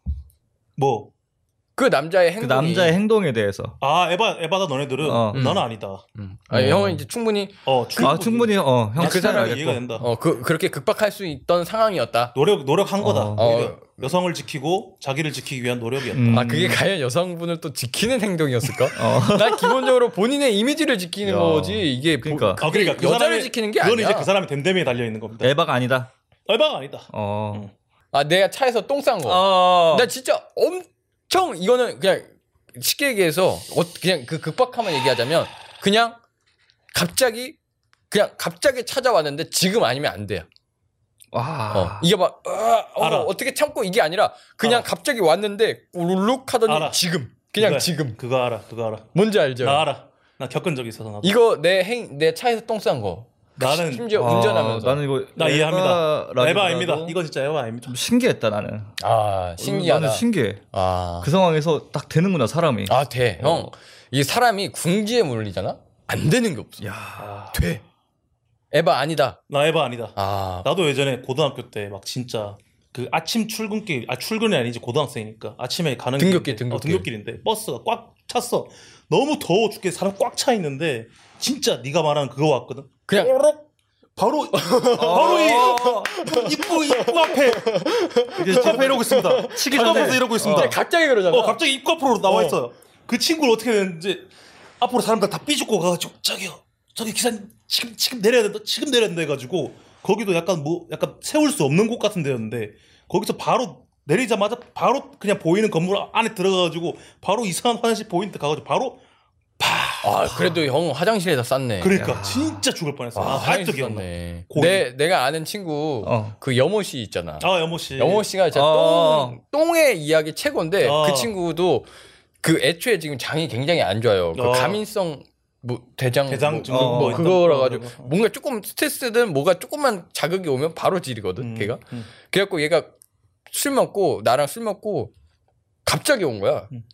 C: 뭐.
B: 그 남자의
A: 그
B: 행동이
A: 남자의 행동에 대해서.
C: 아 에바 에바다 너네들은
A: 어.
C: 나는 아니다.
B: 음. 아니,
A: 음.
B: 형은 이제 충분히
C: 어 충분히,
A: 아, 충분히, 어, 형,
C: 나
A: 그
C: 사람
A: 사람
C: 이해가
A: 알겠고.
C: 된다.
B: 어 그 그렇게 극박할 수 있던 상황이었다. 아,
C: 노력 노력한 거다.
A: 어.
C: 오히려
B: 어.
C: 여성을 지키고 자기를 지키기 위한 노력이었다.
A: 음.
B: 아 그게 과연 여성분을 또 지키는 행동이었을까?
A: 어.
B: 난 기본적으로 본인의 이미지를 지키는
A: 야.
B: 거지 이게 보-
A: 그러니까.
C: 아 그러니까 그
B: 여자를
C: 사람의-
B: 지키는 게
C: 그건
B: 아니야. 예.
C: 이제 그 사람의 댐댐이에 달려 있는 겁니다.
A: 에바가 아니다.
C: 에바가 아니다.
A: 어.
C: 음.
B: 아 내가 차에서 똥 싼 거.
C: 아.
A: 어.
B: 나 진짜 엄청 이거는 그냥 쉽게 얘기해서 어, 그냥 그 극박하면 얘기하자면 그냥 갑자기 그냥 갑자기 찾아왔는데 지금 아니면 안 돼요. 어,
A: 와.
B: 이게 막 어,
C: 아. 알아.
B: 떻게 참고 이게 아니라 그냥
C: 알아.
B: 갑자기 왔는데 울룩 하더니
C: 알아.
B: 지금 그냥
C: 그거야.
B: 지금
C: 그러니까 그거 알아. 그거 알아.
B: 뭔지 알죠?
C: 나 알아. 나 겪은 적이 있어서 나도.
B: 이거 그 내 행 내 차에서 똥 싼 거.
C: 나는
B: 심지어
A: 아,
B: 운전하면서
A: 나는 이거.
C: 나 이해합니다.
A: 에바라기보다도
C: 에바입니다. 이거 진짜 에바입니다.
A: 좀 신기했다, 나는.
B: 아 신기하다.
A: 나는 신기해.
B: 아,
A: 그 상황에서 딱 되는구나, 사람이.
B: 아 돼. 형, 이 사람이 궁지에 몰리잖아. 안 되는 게 없어.
A: 야.
B: 돼. 에바 아니다.
C: 아, 나 에바 아니다.
B: 아,
C: 나도 예전에 고등학교 때 막 진짜 그 아침 출근길 아 출근이 아니지 고등학생이니까 아침에 가는
B: 등굣길,
C: 길인데, 어,
B: 등굣길.
C: 등굣길인데 버스가 꽉 찼어 너무 더워 죽게 사람 꽉 차 있는데 진짜 네가 말한 그거 왔거든
B: 그냥-
C: 꼬록 바로
A: 어.
C: 어. 바로 이 입구 입구 앞에 입구 앞에 이러고 있습니다
A: 치기
C: 쳐다보면서 이러고 있습니다
B: 근데 아, 네. 갑자기 그러잖아.
C: 어 갑자기 입구 앞으로 나와
D: 어.
C: 있어요 그 친구를 어떻게 했는지 앞으로 사람들 다 삐죽고 가가지고 저기요 저기 기사님 지금 지금 내려야 된다 지금 내려야 된다 해가지고 거기도 약간 뭐 약간 세울 수 없는 곳 같은 데였는데 거기서 바로 내리자마자 바로 그냥 보이는 건물 안에 들어가가지고 바로 이상한 화장실 보이는 데 가가지고 바로
B: 아, 그래도 형 화장실에다 쌌네.
C: 그러니까
A: 야.
C: 진짜 죽을 뻔했어
B: 아,
C: 아, 아직도
B: 화장실
C: 기억나
B: 쌌네.
C: 고기.
B: 내 내가 아는 친구
A: 어.
B: 그 여모 씨 있잖아.
C: 아 영호 씨
B: 예. 영호 씨가 진짜
A: 어.
B: 똥, 똥의 이야기 최고인데
C: 어.
B: 그 친구도 그 애초에 지금 장이 굉장히 안 좋아요. 그
C: 어.
B: 가민성 뭐 대장
C: 대장증
B: 뭐,
A: 뭐
B: 뭐
C: 있던
B: 그거라
C: 거
B: 가지고
C: 그거.
B: 뭔가 조금 스트레스든 뭐가 조금만 자극이 오면 바로 지리거든
C: 음,
B: 뭐, 걔가.
C: 음.
B: 그래갖고 얘가 술 먹고 나랑 술 먹고 갑자기 온 거야.
C: 음.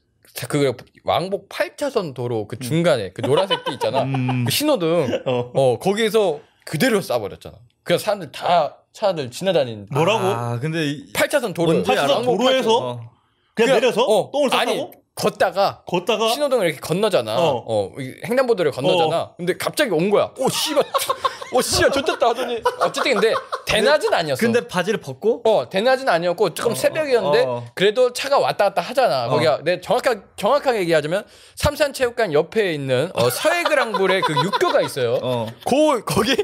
B: 그 왕복 8차선 도로 그 중간에 그 노란색 띠 있잖아.
A: 음.
B: 그 신호등
C: 어.
B: 어 거기에서 그대로 싸버렸잖아. 그냥 사람들 다 차들 지나다니는
C: 뭐라고
A: 아, 근데 이-
B: 8차선 도로
A: 뭔지
C: 알아?
B: 왕복
C: 도로에서?
B: 팔차선.
A: 어.
C: 그냥
B: 그냥,
C: 내려서
B: 어,
C: 똥을
B: 아니
C: 싸고
B: 걷다가
C: 걷다가
B: 신호등을 이렇게 건너잖아.
C: 어.
B: 어, 이 횡단보도를 건너잖아. 근데 갑자기 온 거야. 오 씨발, 오 씨발 좋겠다 하더니 어쨌든 근데 대낮은 아니었어.
A: 근데 바지를 벗고
B: 어 대낮은 아니었고 조금 새벽이었는데
A: 어, 어.
B: 그래도 차가 왔다 갔다
C: 어.
B: 하잖아. 거기가 내 정확하게 정확하게 얘기하자면 삼산체육관 옆에 있는 어, 서해그랑굴에 그 육교가 있어요.
A: 어.
B: 고 거기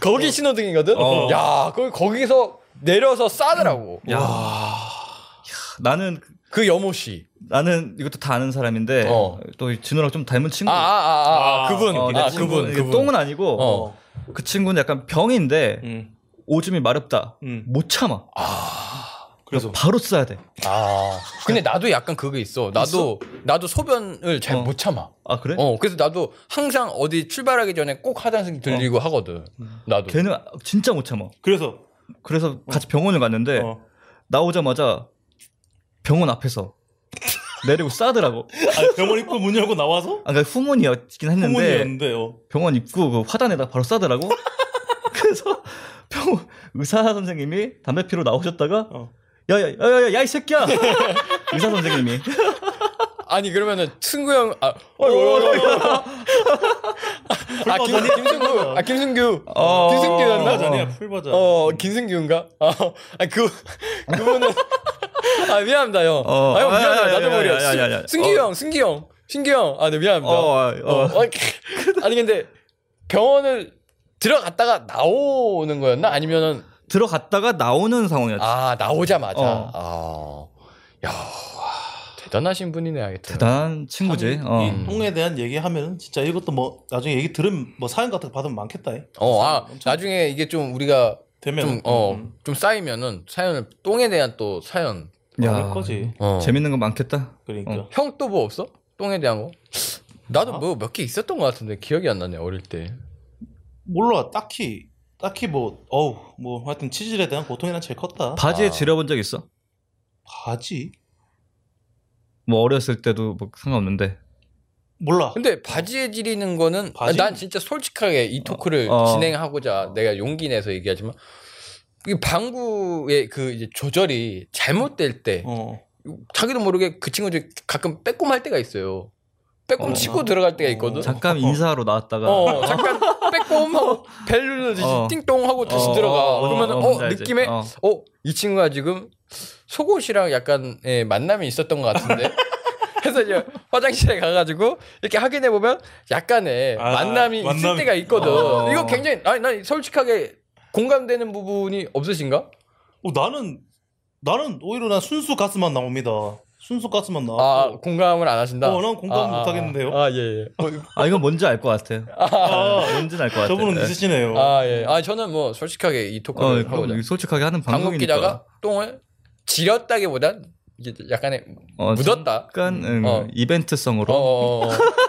B: 거기 신호등이거든.
A: 어.
B: 야, 거기 거기서 내려서 싸더라고.
A: 야. 야, 나는
B: 그 여모 씨.
A: 나는 이것도 다 아는 사람인데
B: 어.
A: 또 진우랑 좀 닮은 친구.
B: 아, 아, 아, 아, 아,
C: 아,
B: 그분.
A: 어, 내
B: 아,
A: 친구.
B: 그분.
A: 이게
B: 그분.
A: 똥은 아니고
B: 어.
C: 어.
A: 그 친구는 약간 병인데
C: 음.
A: 오줌이 마렵다.
C: 음.
A: 못 참아.
C: 그래서
A: 바로 써야 돼.
B: 아. 근데 나도 약간 그게 있어. 나도 나도 소변을 잘
A: 어.
B: 못 참아.
A: 아 그래?
B: 어, 그래서 나도 항상 어디 출발하기 전에 꼭 화장실
A: 어.
B: 들리고 하거든.
A: 음.
B: 나도.
A: 걔는 진짜 못 참아.
C: 그래서
A: 그래서 같이 병원을 갔는데
C: 어.
A: 나오자마자 병원 앞에서 내리고 싸더라고.
C: 아니, 병원 입구 문 열고 나와서
A: 아, 그러니까 후문이었긴 했는데
C: 후문이었는데 어.
A: 병원 입구 그 화단에다 바로 싸더라고. 그래서 병원 의사 선생님이 담배 피러 나오셨다가
C: 어.
A: 야야야야야 이 새끼야. 의사 선생님이
B: 아니 그러면은 승구 형 아, 어이구, 어이구, 어이구. 아 김, 김승구 아 김승규
A: 어.
B: 김승규였나?
C: 풀버전이야 풀버전.
B: 어 김승규인가? 아그 그분은 아 미안합니다 형.
A: 어.
B: 아형
A: 아, 아, 아,
B: 미안합니다 나도
A: 아,
B: 모르
A: 아, 아, 아, 아, 아.
B: 겠 승규 형 승규 형 승규 형아네 미안합니다.
A: 어, 아, 어.
B: 어. 아니 근데 병원을 들어갔다가 나오는 거였나? 아니면은
A: 들어갔다가 나오는 상황이었지.
B: 아 나오자마자
A: 어.
B: 아, 야 대단하신 분이네 하여튼
A: 대단한 친구지. 어.
B: 음.
C: 이 똥에 대한 얘기하면 진짜 이것도 뭐 나중에 얘기 들으면 뭐 사연 같은 거 받으면 많겠다. 이.
B: 어아 나중에 이게 좀 우리가
C: 되면
A: 음.
B: 좀 어 좀
C: 음.
B: 쌓이면은 사연을 똥에 대한 또 사연
A: 야,
C: 아, 그럴 거지.
B: 어.
A: 재밌는 거 많겠다.
C: 그러니까
A: 어.
B: 형 또 뭐 없어 똥에 대한 거
A: 아.
B: 나도 뭐 몇 개 있었던 것 같은데 기억이 안 나네 어릴 때
C: 몰라 딱히 딱히 뭐 어우 뭐 하여튼 치질에 대한 고통이 난 제일 컸다.
A: 바지에
B: 아.
A: 지려본 적 있어?
C: 바지
A: 뭐 어렸을 때도 뭐 상관없는데.
C: 몰라.
B: 근데 바지에 지리는 거는
C: 바지?
B: 난 진짜 솔직하게 이 토크를
A: 어.
B: 진행하고자 내가 용기 내서 얘기하지만 이 방구의 그 이제 조절이 잘못될 때
C: 어.
B: 자기도 모르게 그 친구들이 가끔 빼꼼할 때가 있어요. 빼꼼
C: 어.
B: 치고 들어갈 때가 있거든.
C: 어.
A: 잠깐 인사하러 나왔다가
B: 어, 잠깐 빼꼼하고 벨 눌러주지
A: 어.
B: 띵동 하고 다시
A: 어,
B: 들어가.
A: 어,
B: 그러면
A: 어,
B: 어,
A: 뭔지 알지?
B: 느낌에
A: 어.
B: 어 이 친구가 지금 속옷이랑 약간 예, 만남이 있었던 것 같은데. 그래서 이제 화장실에 가가지고 이렇게 확인해 보면 약간의
C: 아,
B: 만남이, 있을
C: 만남이-
B: 때가 있거든.
A: 어.
B: 이거 굉장히 아니 난 솔직하게 공감되는 부분이 없으신가?
C: 어, 나는 나는 오히려 난 순수 가스만 나옵니다. 순수 가스만 나와.
B: 아 공감을 안 하신다.
C: 어, 난 공감
B: 아, 아,
C: 못하겠는데요.
B: 아 예. 예.
A: 아 이건 뭔지 알 것 같아요. 어,
C: 아,
A: 뭔지는 알 것 같아요.
C: 저분은
A: 네.
C: 있으시네요.
B: 아 예. 아 저는 뭐 솔직하게 이
C: 아, 예,
A: 어,
B: 토크를 하고자.
A: 그럼 솔직하게 하는
B: 방금
A: 방송이니까.
B: 기자가 똥을 지렸다기보단 이게 약간의
A: 어,
B: 묻었다.
A: 약간 응,
B: 어.
A: 이벤트성으로
B: 어, 어, 어.